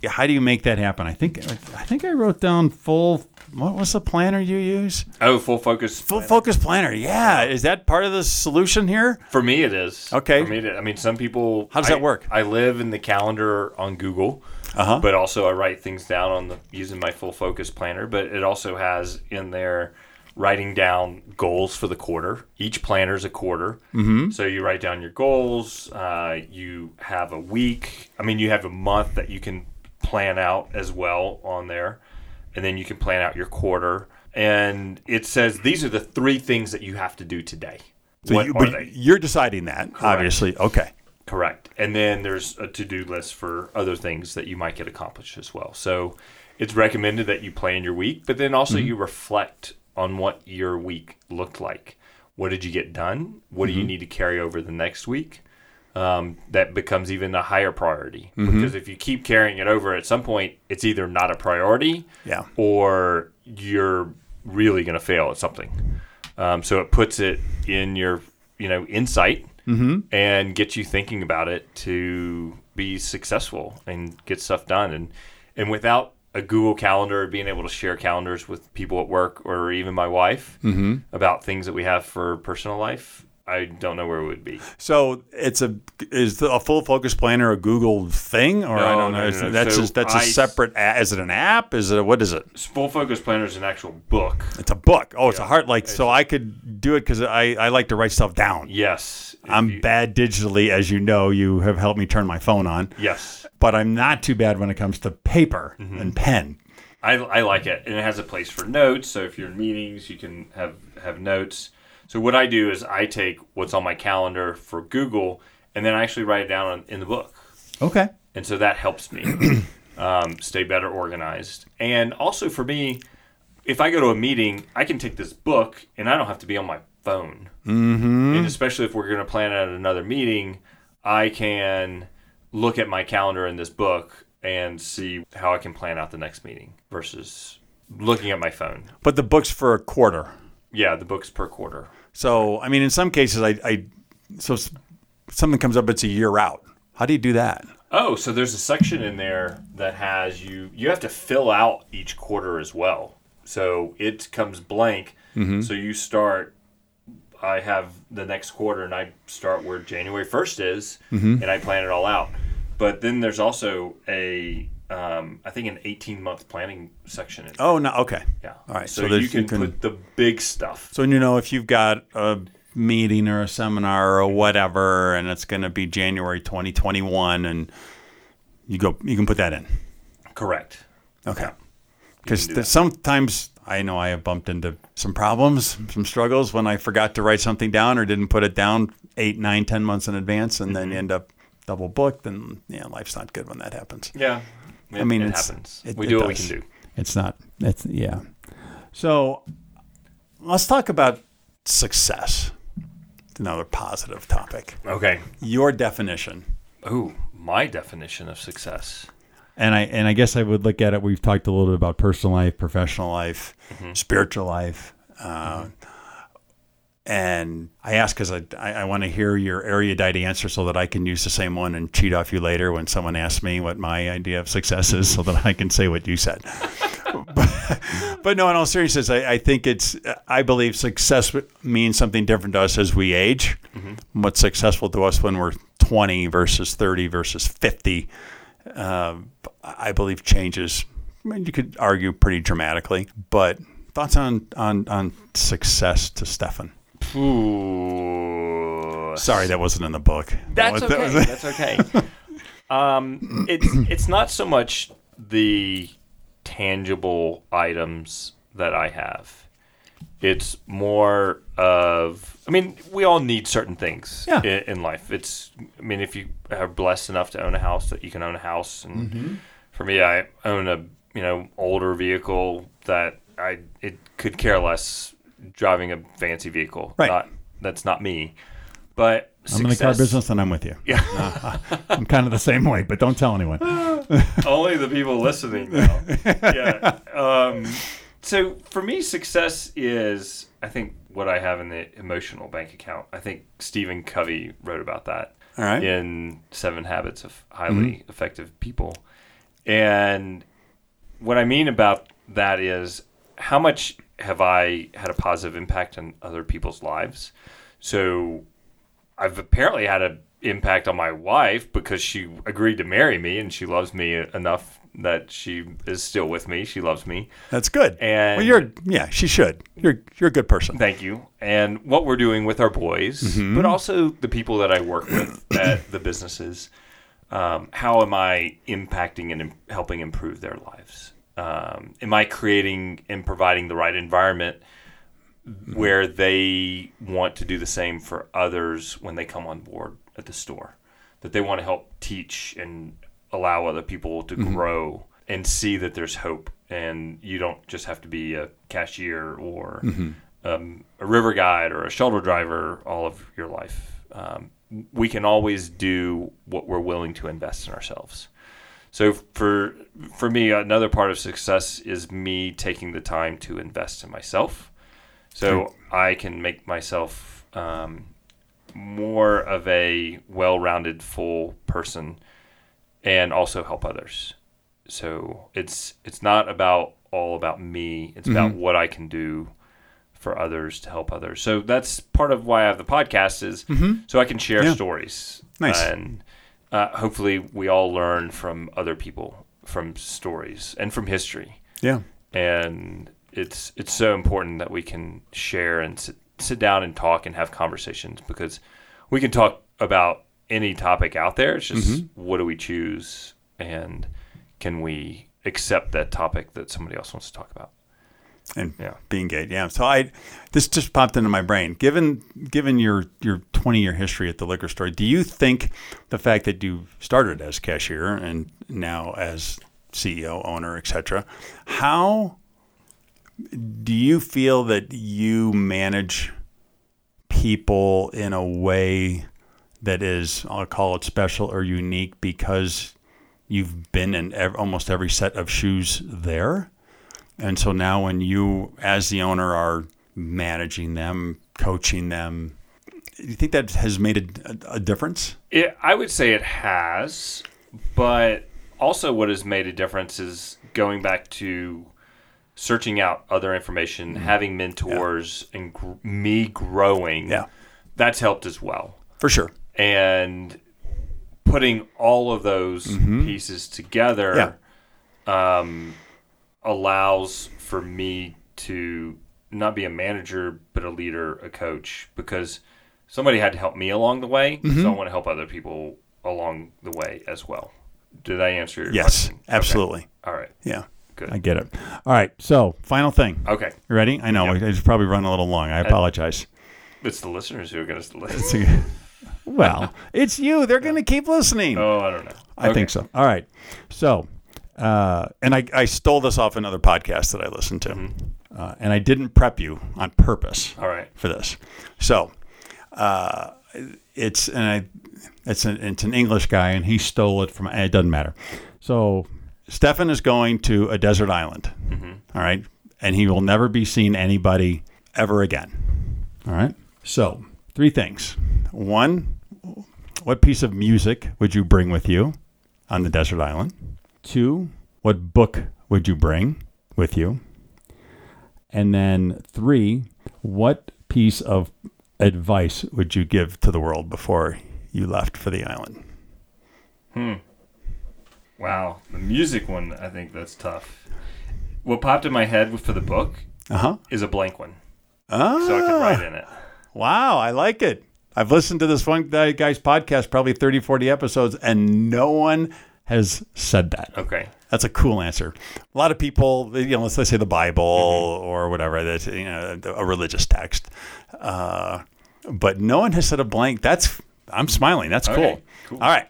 S2: Yeah, How do you make that happen? I think I think I wrote down full. What was the planner you use?
S1: Oh, full focus.
S2: Full focus planner. Yeah, is that part of the solution here?
S1: For me, it is.
S2: Okay.
S1: For me, it is. I mean, some people.
S2: How does that
S1: I-
S2: work?
S1: I live in the calendar on Google,
S2: Uh-huh.
S1: but also I write things down on the using my full focus planner. But it also has in there writing down goals for the quarter. Each planner is a quarter, mm-hmm. so you write down your goals. Uh, you have a week. I mean, you have a month that you can plan out as well on there, and then you can plan out your quarter. And it says these are the three things that you have to do today. what
S2: you,
S1: are
S2: but
S1: they?
S2: You're deciding that, obviously. Okay.
S1: Correct. And then there's a to do list for other things that you might get accomplished as well. So it's recommended that you plan your week, but then also you reflect on what your week looked like. What did you get done? What do you need to carry over the next week? Um, that becomes even a higher priority because if you keep carrying it over at some point, it's either not a priority
S2: Yeah.
S1: or you're really going to fail at something. Um, so it puts it in your, you know, insight and gets you thinking about it to be successful and get stuff done. And and without a Google Calendar, being able to share calendars with people at work or even my wife about things that we have for personal life, I don't know where we would be.
S2: So it's a is the- a full focus planner a Google thing or I
S1: No,
S2: don't
S1: no,
S2: know.
S1: no,
S2: Is-
S1: no.
S2: That's
S1: So
S2: a, that's
S1: I-
S2: a separate. A, is it an app? Is it a, what is it?
S1: Full Focus Planner is an actual book.
S2: It's a book. Oh, it's a heart like. So I could do it because I I like to write stuff down.
S1: Yes. If
S2: I'm
S1: you-
S2: bad digitally, as you know. You have helped me turn my phone on,
S1: Yes.
S2: but I'm not too bad when it comes to paper
S1: Mm-hmm.
S2: and pen.
S1: I, I like it, and it has a place for notes. So if you're in meetings, you can have have notes. So what I do is I take what's on my calendar for Google, and then I actually write it down in, in the book,
S2: Okay.
S1: and so that helps me um, stay better organized. And also for me, if I go to a meeting, I can take this book, and I don't have to be on my phone. Mm-hmm. And especially if we're going to plan out another meeting, I can look at my calendar in this book and see how I can plan out the next meeting versus looking at my phone.
S2: But the book's for a quarter.
S1: Yeah, the books per quarter.
S2: So I mean, in some cases, I, I so s- something comes up, it's a year out. How do you do that?
S1: Oh, so there's a section in there that has you you have to fill out each quarter as well. So it comes blank.
S2: Mm-hmm.
S1: So you start I have the next quarter and I start where January 1st is
S2: Mm-hmm.
S1: and I plan it all out. But then there's also a um, I think an 18 month planning section in there.
S2: Oh no, okay.
S1: yeah.
S2: All right.
S1: So,
S2: there's-
S1: you, can put the big stuff.
S2: So you know if you've got a meeting or a seminar or whatever, and it's going to be January 2021, and you go, you can put that in.
S1: Correct.
S2: Okay. Because
S1: do that.
S2: sometimes I know I have bumped into some problems, some struggles when I forgot to write something down or didn't put it down eight, nine, ten months in advance, and
S1: Mm-hmm.
S2: then you end up double booked, and yeah, life's not good when that happens.
S1: Yeah.
S2: I mean,
S1: it
S2: it's-
S1: happens.
S2: it-
S1: we
S2: it
S1: do what we
S2: does.
S1: can do.
S2: It's not. It's yeah. So let's talk about success. It's another positive topic.
S1: Okay.
S2: Your definition.
S1: Oh, my definition of success.
S2: And I and I guess I would look at it. We've talked a little bit about personal life, professional life, spiritual life, uh, and I ask because I I, I want to hear your erudite answer so that I can use the same one and cheat off you later when someone asks me what my idea of success is, so that I can say what you said. but, but no, in all seriousness, I, I think it's I believe success means something different to us as we age. What's successful to us when we're 20 versus 30 versus 50 I believe changes. I mean, you could argue pretty dramatically, but thoughts on on on success to Stefan.
S1: Ooh.
S2: Sorry, that wasn't in the book.
S1: That's
S2: That was- that
S1: okay.
S2: was-
S1: That's okay. Um, it's it's not so much the tangible items that I have. It's more of I mean, we all need certain things
S2: Yeah.
S1: i- in, life. It's I mean, if you are blessed enough to own a house, that you can own a house. And for me, I own a you know older vehicle that I it could care less driving a fancy vehicle.
S2: Right.
S1: Not, that's not me. But
S3: I'm in the car
S2: success.
S3: business and I'm with you.
S2: Yeah.
S3: I'm kind of the same way, but don't tell anyone.
S1: Only the people listening now. yeah. Um, so for me, success is, I think, what I have in the emotional bank account. I think Stephen Covey wrote about that
S2: All right. Mm-hmm.
S1: in Seven Habits of Highly Effective People. And what I mean about that is how much have I had a positive impact on other people's lives? So I've apparently had an impact on my wife because she agreed to marry me and she loves me enough that she is still with me. She loves me.
S2: That's good.
S1: And-
S2: well, you're yeah, she should. You're you're a good person.
S1: Thank you. And what we're doing with our boys, but also the people that I work with at the businesses. Um, how am I impacting and im- helping improve their lives? Um, am I creating and providing the right environment where they want to do the same for others when they come on board at the store? That they want to help teach and allow other people to grow and see that there's hope. And you don't just have to be a cashier or um, a river guide or a shuttle driver all of your life. Um, we can always do what we're willing to invest in ourselves. So for for me, another part of success is me taking the time to invest in myself, so I can make myself um, more of a well-rounded, full person, and also help others. So it's it's not about all about me; it's about
S2: Mm-hmm.
S1: what I can do for others to help others. So that's part of why I have the podcast is so I can share
S2: Mm-hmm. Yeah.
S1: stories.
S2: Nice.
S1: And uh, hopefully, we all learn from other people, from stories, and from history.
S2: Yeah.
S1: And it's it's so important that we can share and sit, sit down and talk and have conversations because we can talk about any topic out there. It's just what do we choose and can we accept that topic that somebody else wants to talk about?
S2: and
S1: Yeah.
S2: being gay. Yeah. So I this just popped into my brain. Given given your your 20 year history at the liquor store, do you think the fact that you started as cashier and now as CEO, owner, etc., how do you feel that you manage people in a way that is I'll call it special or unique because you've been in ev- almost every set of shoes there? And so now, when you, as the owner, are managing them, coaching them, you think that has made a, a difference?
S1: It, I would say it has, but also what has made a difference is going back to searching out other information, having mentors, and gr- me growing.
S2: Yeah.
S1: that's helped as well,
S2: For sure.
S1: and putting all of those pieces together
S2: Mm-hmm. Yeah.
S1: um, allows for me to not be a manager, but a leader, a coach, because somebody had to help me along the way.
S2: Mm-hmm.
S1: So I want to help other people along the way as well. Did I answer your
S2: Yes,
S1: question? Okay.
S2: absolutely.
S1: All right.
S2: Yeah,
S1: Good. Uh,
S2: I get it. All right. So, final thing.
S1: Okay.
S2: You ready? I know I it's probably run a little long. I apologize.
S1: It's the listeners who are going to listen.
S3: well,
S2: It's you. They're going to keep listening.
S1: Oh, I don't know.
S2: I think so.
S3: all right.
S2: So, uh, and I, I stole this off another podcast that I listened to, uh, and I didn't prep you on purpose.
S1: All right.
S2: for this. So uh, it's and I it's an it's an English guy and he stole it from it doesn't matter. So Stefan is going to a desert island. all right, and he will never be seen anybody ever again. All right. So three things. One, what piece of music would you bring with you on the desert island? Two, what book would you bring with you?
S3: And then three, what piece of advice would you give?
S2: give to the world before you left for the island?
S1: Wow. The music one, I think that's tough. What popped in my head for the book
S2: Uh huh.
S1: is a blank one.
S2: Ah,
S1: So I could write in it.
S2: wow. I like it. I've listened to this one guy- guy's podcast probably 30, 40 episodes, and no one has said that.
S1: Okay.
S2: That's a cool answer. A lot of people, you know, let's, let's say the Bible
S1: Mm-hmm.
S2: or whatever, that's, you know, a religious text. Uh, but no one has said a blank. That's, I'm smiling. That's cool.
S1: Okay, cool.
S2: All right.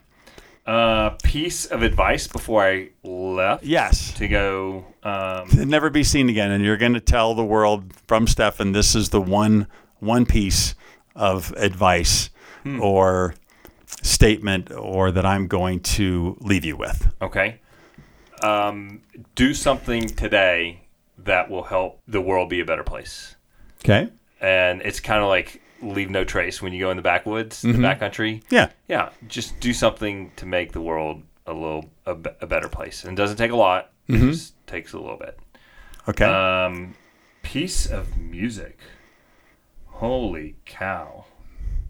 S1: Uh, piece of advice before I left.
S2: Yes.
S1: to go. Um,
S2: to never be seen again and you're going to tell the world from Stefan this is the one one piece of advice or statement or that I'm going to leave you with.
S1: Okay. Um, do something today that will help the world be a better place.
S2: Okay.
S1: And it's kind of like leave no trace when you go in the backwoods, the backcountry.
S2: Yeah.
S1: Yeah, just do something to make the world a little a, be- a better place. And it doesn't take a lot. It just takes a little bit.
S2: Okay.
S1: Um, piece of music. Holy cow!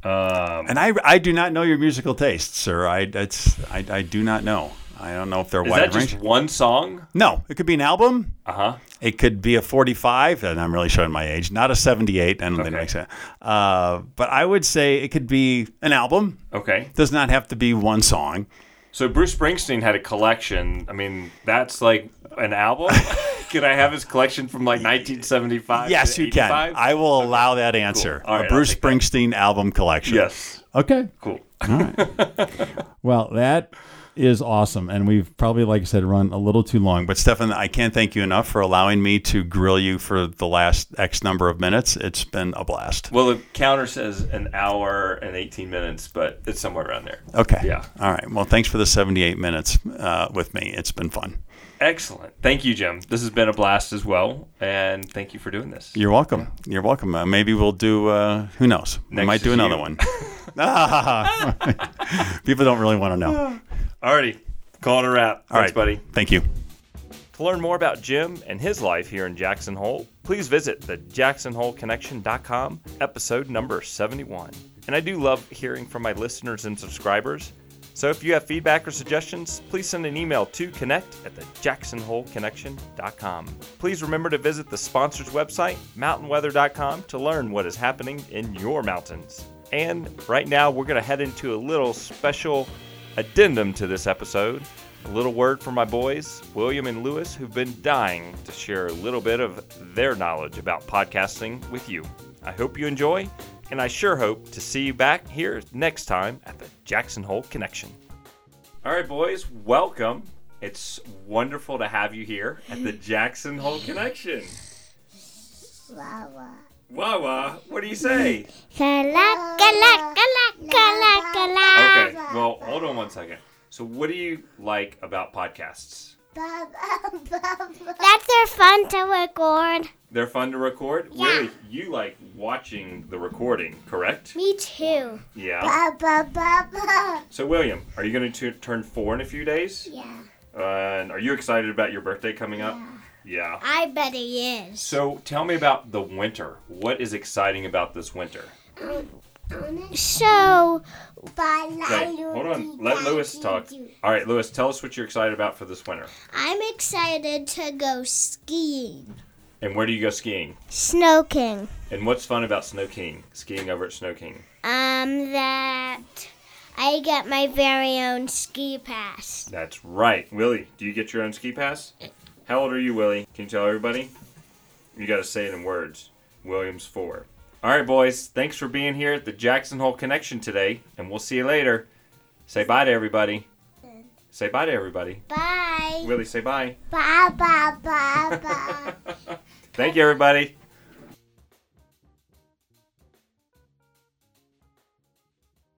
S1: Um,
S2: and I, I do not know your musical tastes, sir. I that's I, I do not know. I don't know if they're
S1: Is
S2: wide
S1: that just
S2: range.
S1: one song?
S2: No, it could be an album.
S1: Uh huh.
S2: It could be a 45, and I'm really showing my age, not a 78. I don't think
S1: Okay.
S2: it makes sense. Uh, but I would say it could be an album.
S1: Okay.
S2: Does not have to be one song.
S1: So Bruce Springsteen had a collection. I mean, that's like an album. Could I have his collection from like 1975?
S2: yes,
S1: to
S2: you can.
S1: 85?
S2: I will allow that answer.
S1: All right,
S2: a
S1: I'll
S2: Bruce
S1: take that.
S2: Springsteen album collection.
S1: Yes. Uh-huh.
S4: Okay.
S1: Cool.
S4: Well, that is awesome. And we've probably, like I said, run a little too long, but
S2: But Stefan, I can't thank you enough for allowing me to grill you for the last X number of minutes. It's been a blast.
S1: Well, the counter says an hour and 18 minutes, but it's somewhere around there.
S2: Okay.
S1: Yeah.
S2: All right. Well, thanks for the 78 minutes uh, with me. It's been fun.
S1: Excellent. Thank you, Jim. This has been a blast as well, and thank you for doing this.
S2: You're welcome. You're welcome. Uh, maybe we'll do. Uh, who knows? we
S1: Next
S2: might do
S1: is
S2: another
S1: you.
S2: one. Ah, People don't really want to know. All
S1: Alrighty, call it a wrap. Thanks,
S2: right,
S1: buddy.
S2: Thank you.
S1: To learn more about Jim and his life here in Jackson Hole, please visit the jacksonholeconnection.com episode number 71. And I do love hearing from my listeners and subscribers. So if you have feedback or suggestions, please send an email to connect at the jacksonholeconnection.com. Please remember to visit the sponsor's website, mountainweather.com, to learn what is happening in your mountains. And right now, we're going to head into a little special addendum to this episode. A little word for my boys, William and Lewis, who've been dying to share a little bit of their knowledge about podcasting with you. I hope you enjoy, and I sure hope to see you back here next time at the Jackson Hole Connection. All right, boys, welcome. It's wonderful to have you here at the Jackson Hole Connection.
S5: Wawa.
S1: Wawa, what do you say?
S5: Kalak, kalak, kalak, kalak, kalak.
S1: Okay, well, hold on one second. So, what do you like about podcasts?
S5: That's their fun to record.
S1: They're fun to record. Really, you like watching the recording, correct?
S5: Me too.
S1: Yeah. So, William, are you going to turn four in a few days?
S5: Yeah.
S1: Uh, and are you excited about your birthday coming up? Yeah.
S5: I bet he is.
S1: So, tell me about the winter. What is exciting about this winter?
S5: So,
S1: Okay, hold on. Let Lewis talk. All right, Lewis, tell us what you're excited about for this winter.
S5: I'm excited to go skiing.
S1: And where do you go skiing?
S5: Snow King.
S1: And what's fun about Snow King? Skiing over at Snow King.
S5: Um, that I get my very own ski pass.
S1: That's right. Willie, do you get your own ski pass? How old are you, Willie? Can you tell everybody? You got to say it in words. Williams 4. All right, boys. Thanks for being here at the Jackson Hole Connection today, and we'll see you later. Say bye to everybody. Say bye to everybody.
S5: Bye.
S1: Willie, say bye.
S5: Bye, bye, bye, bye.
S1: Thank you, everybody.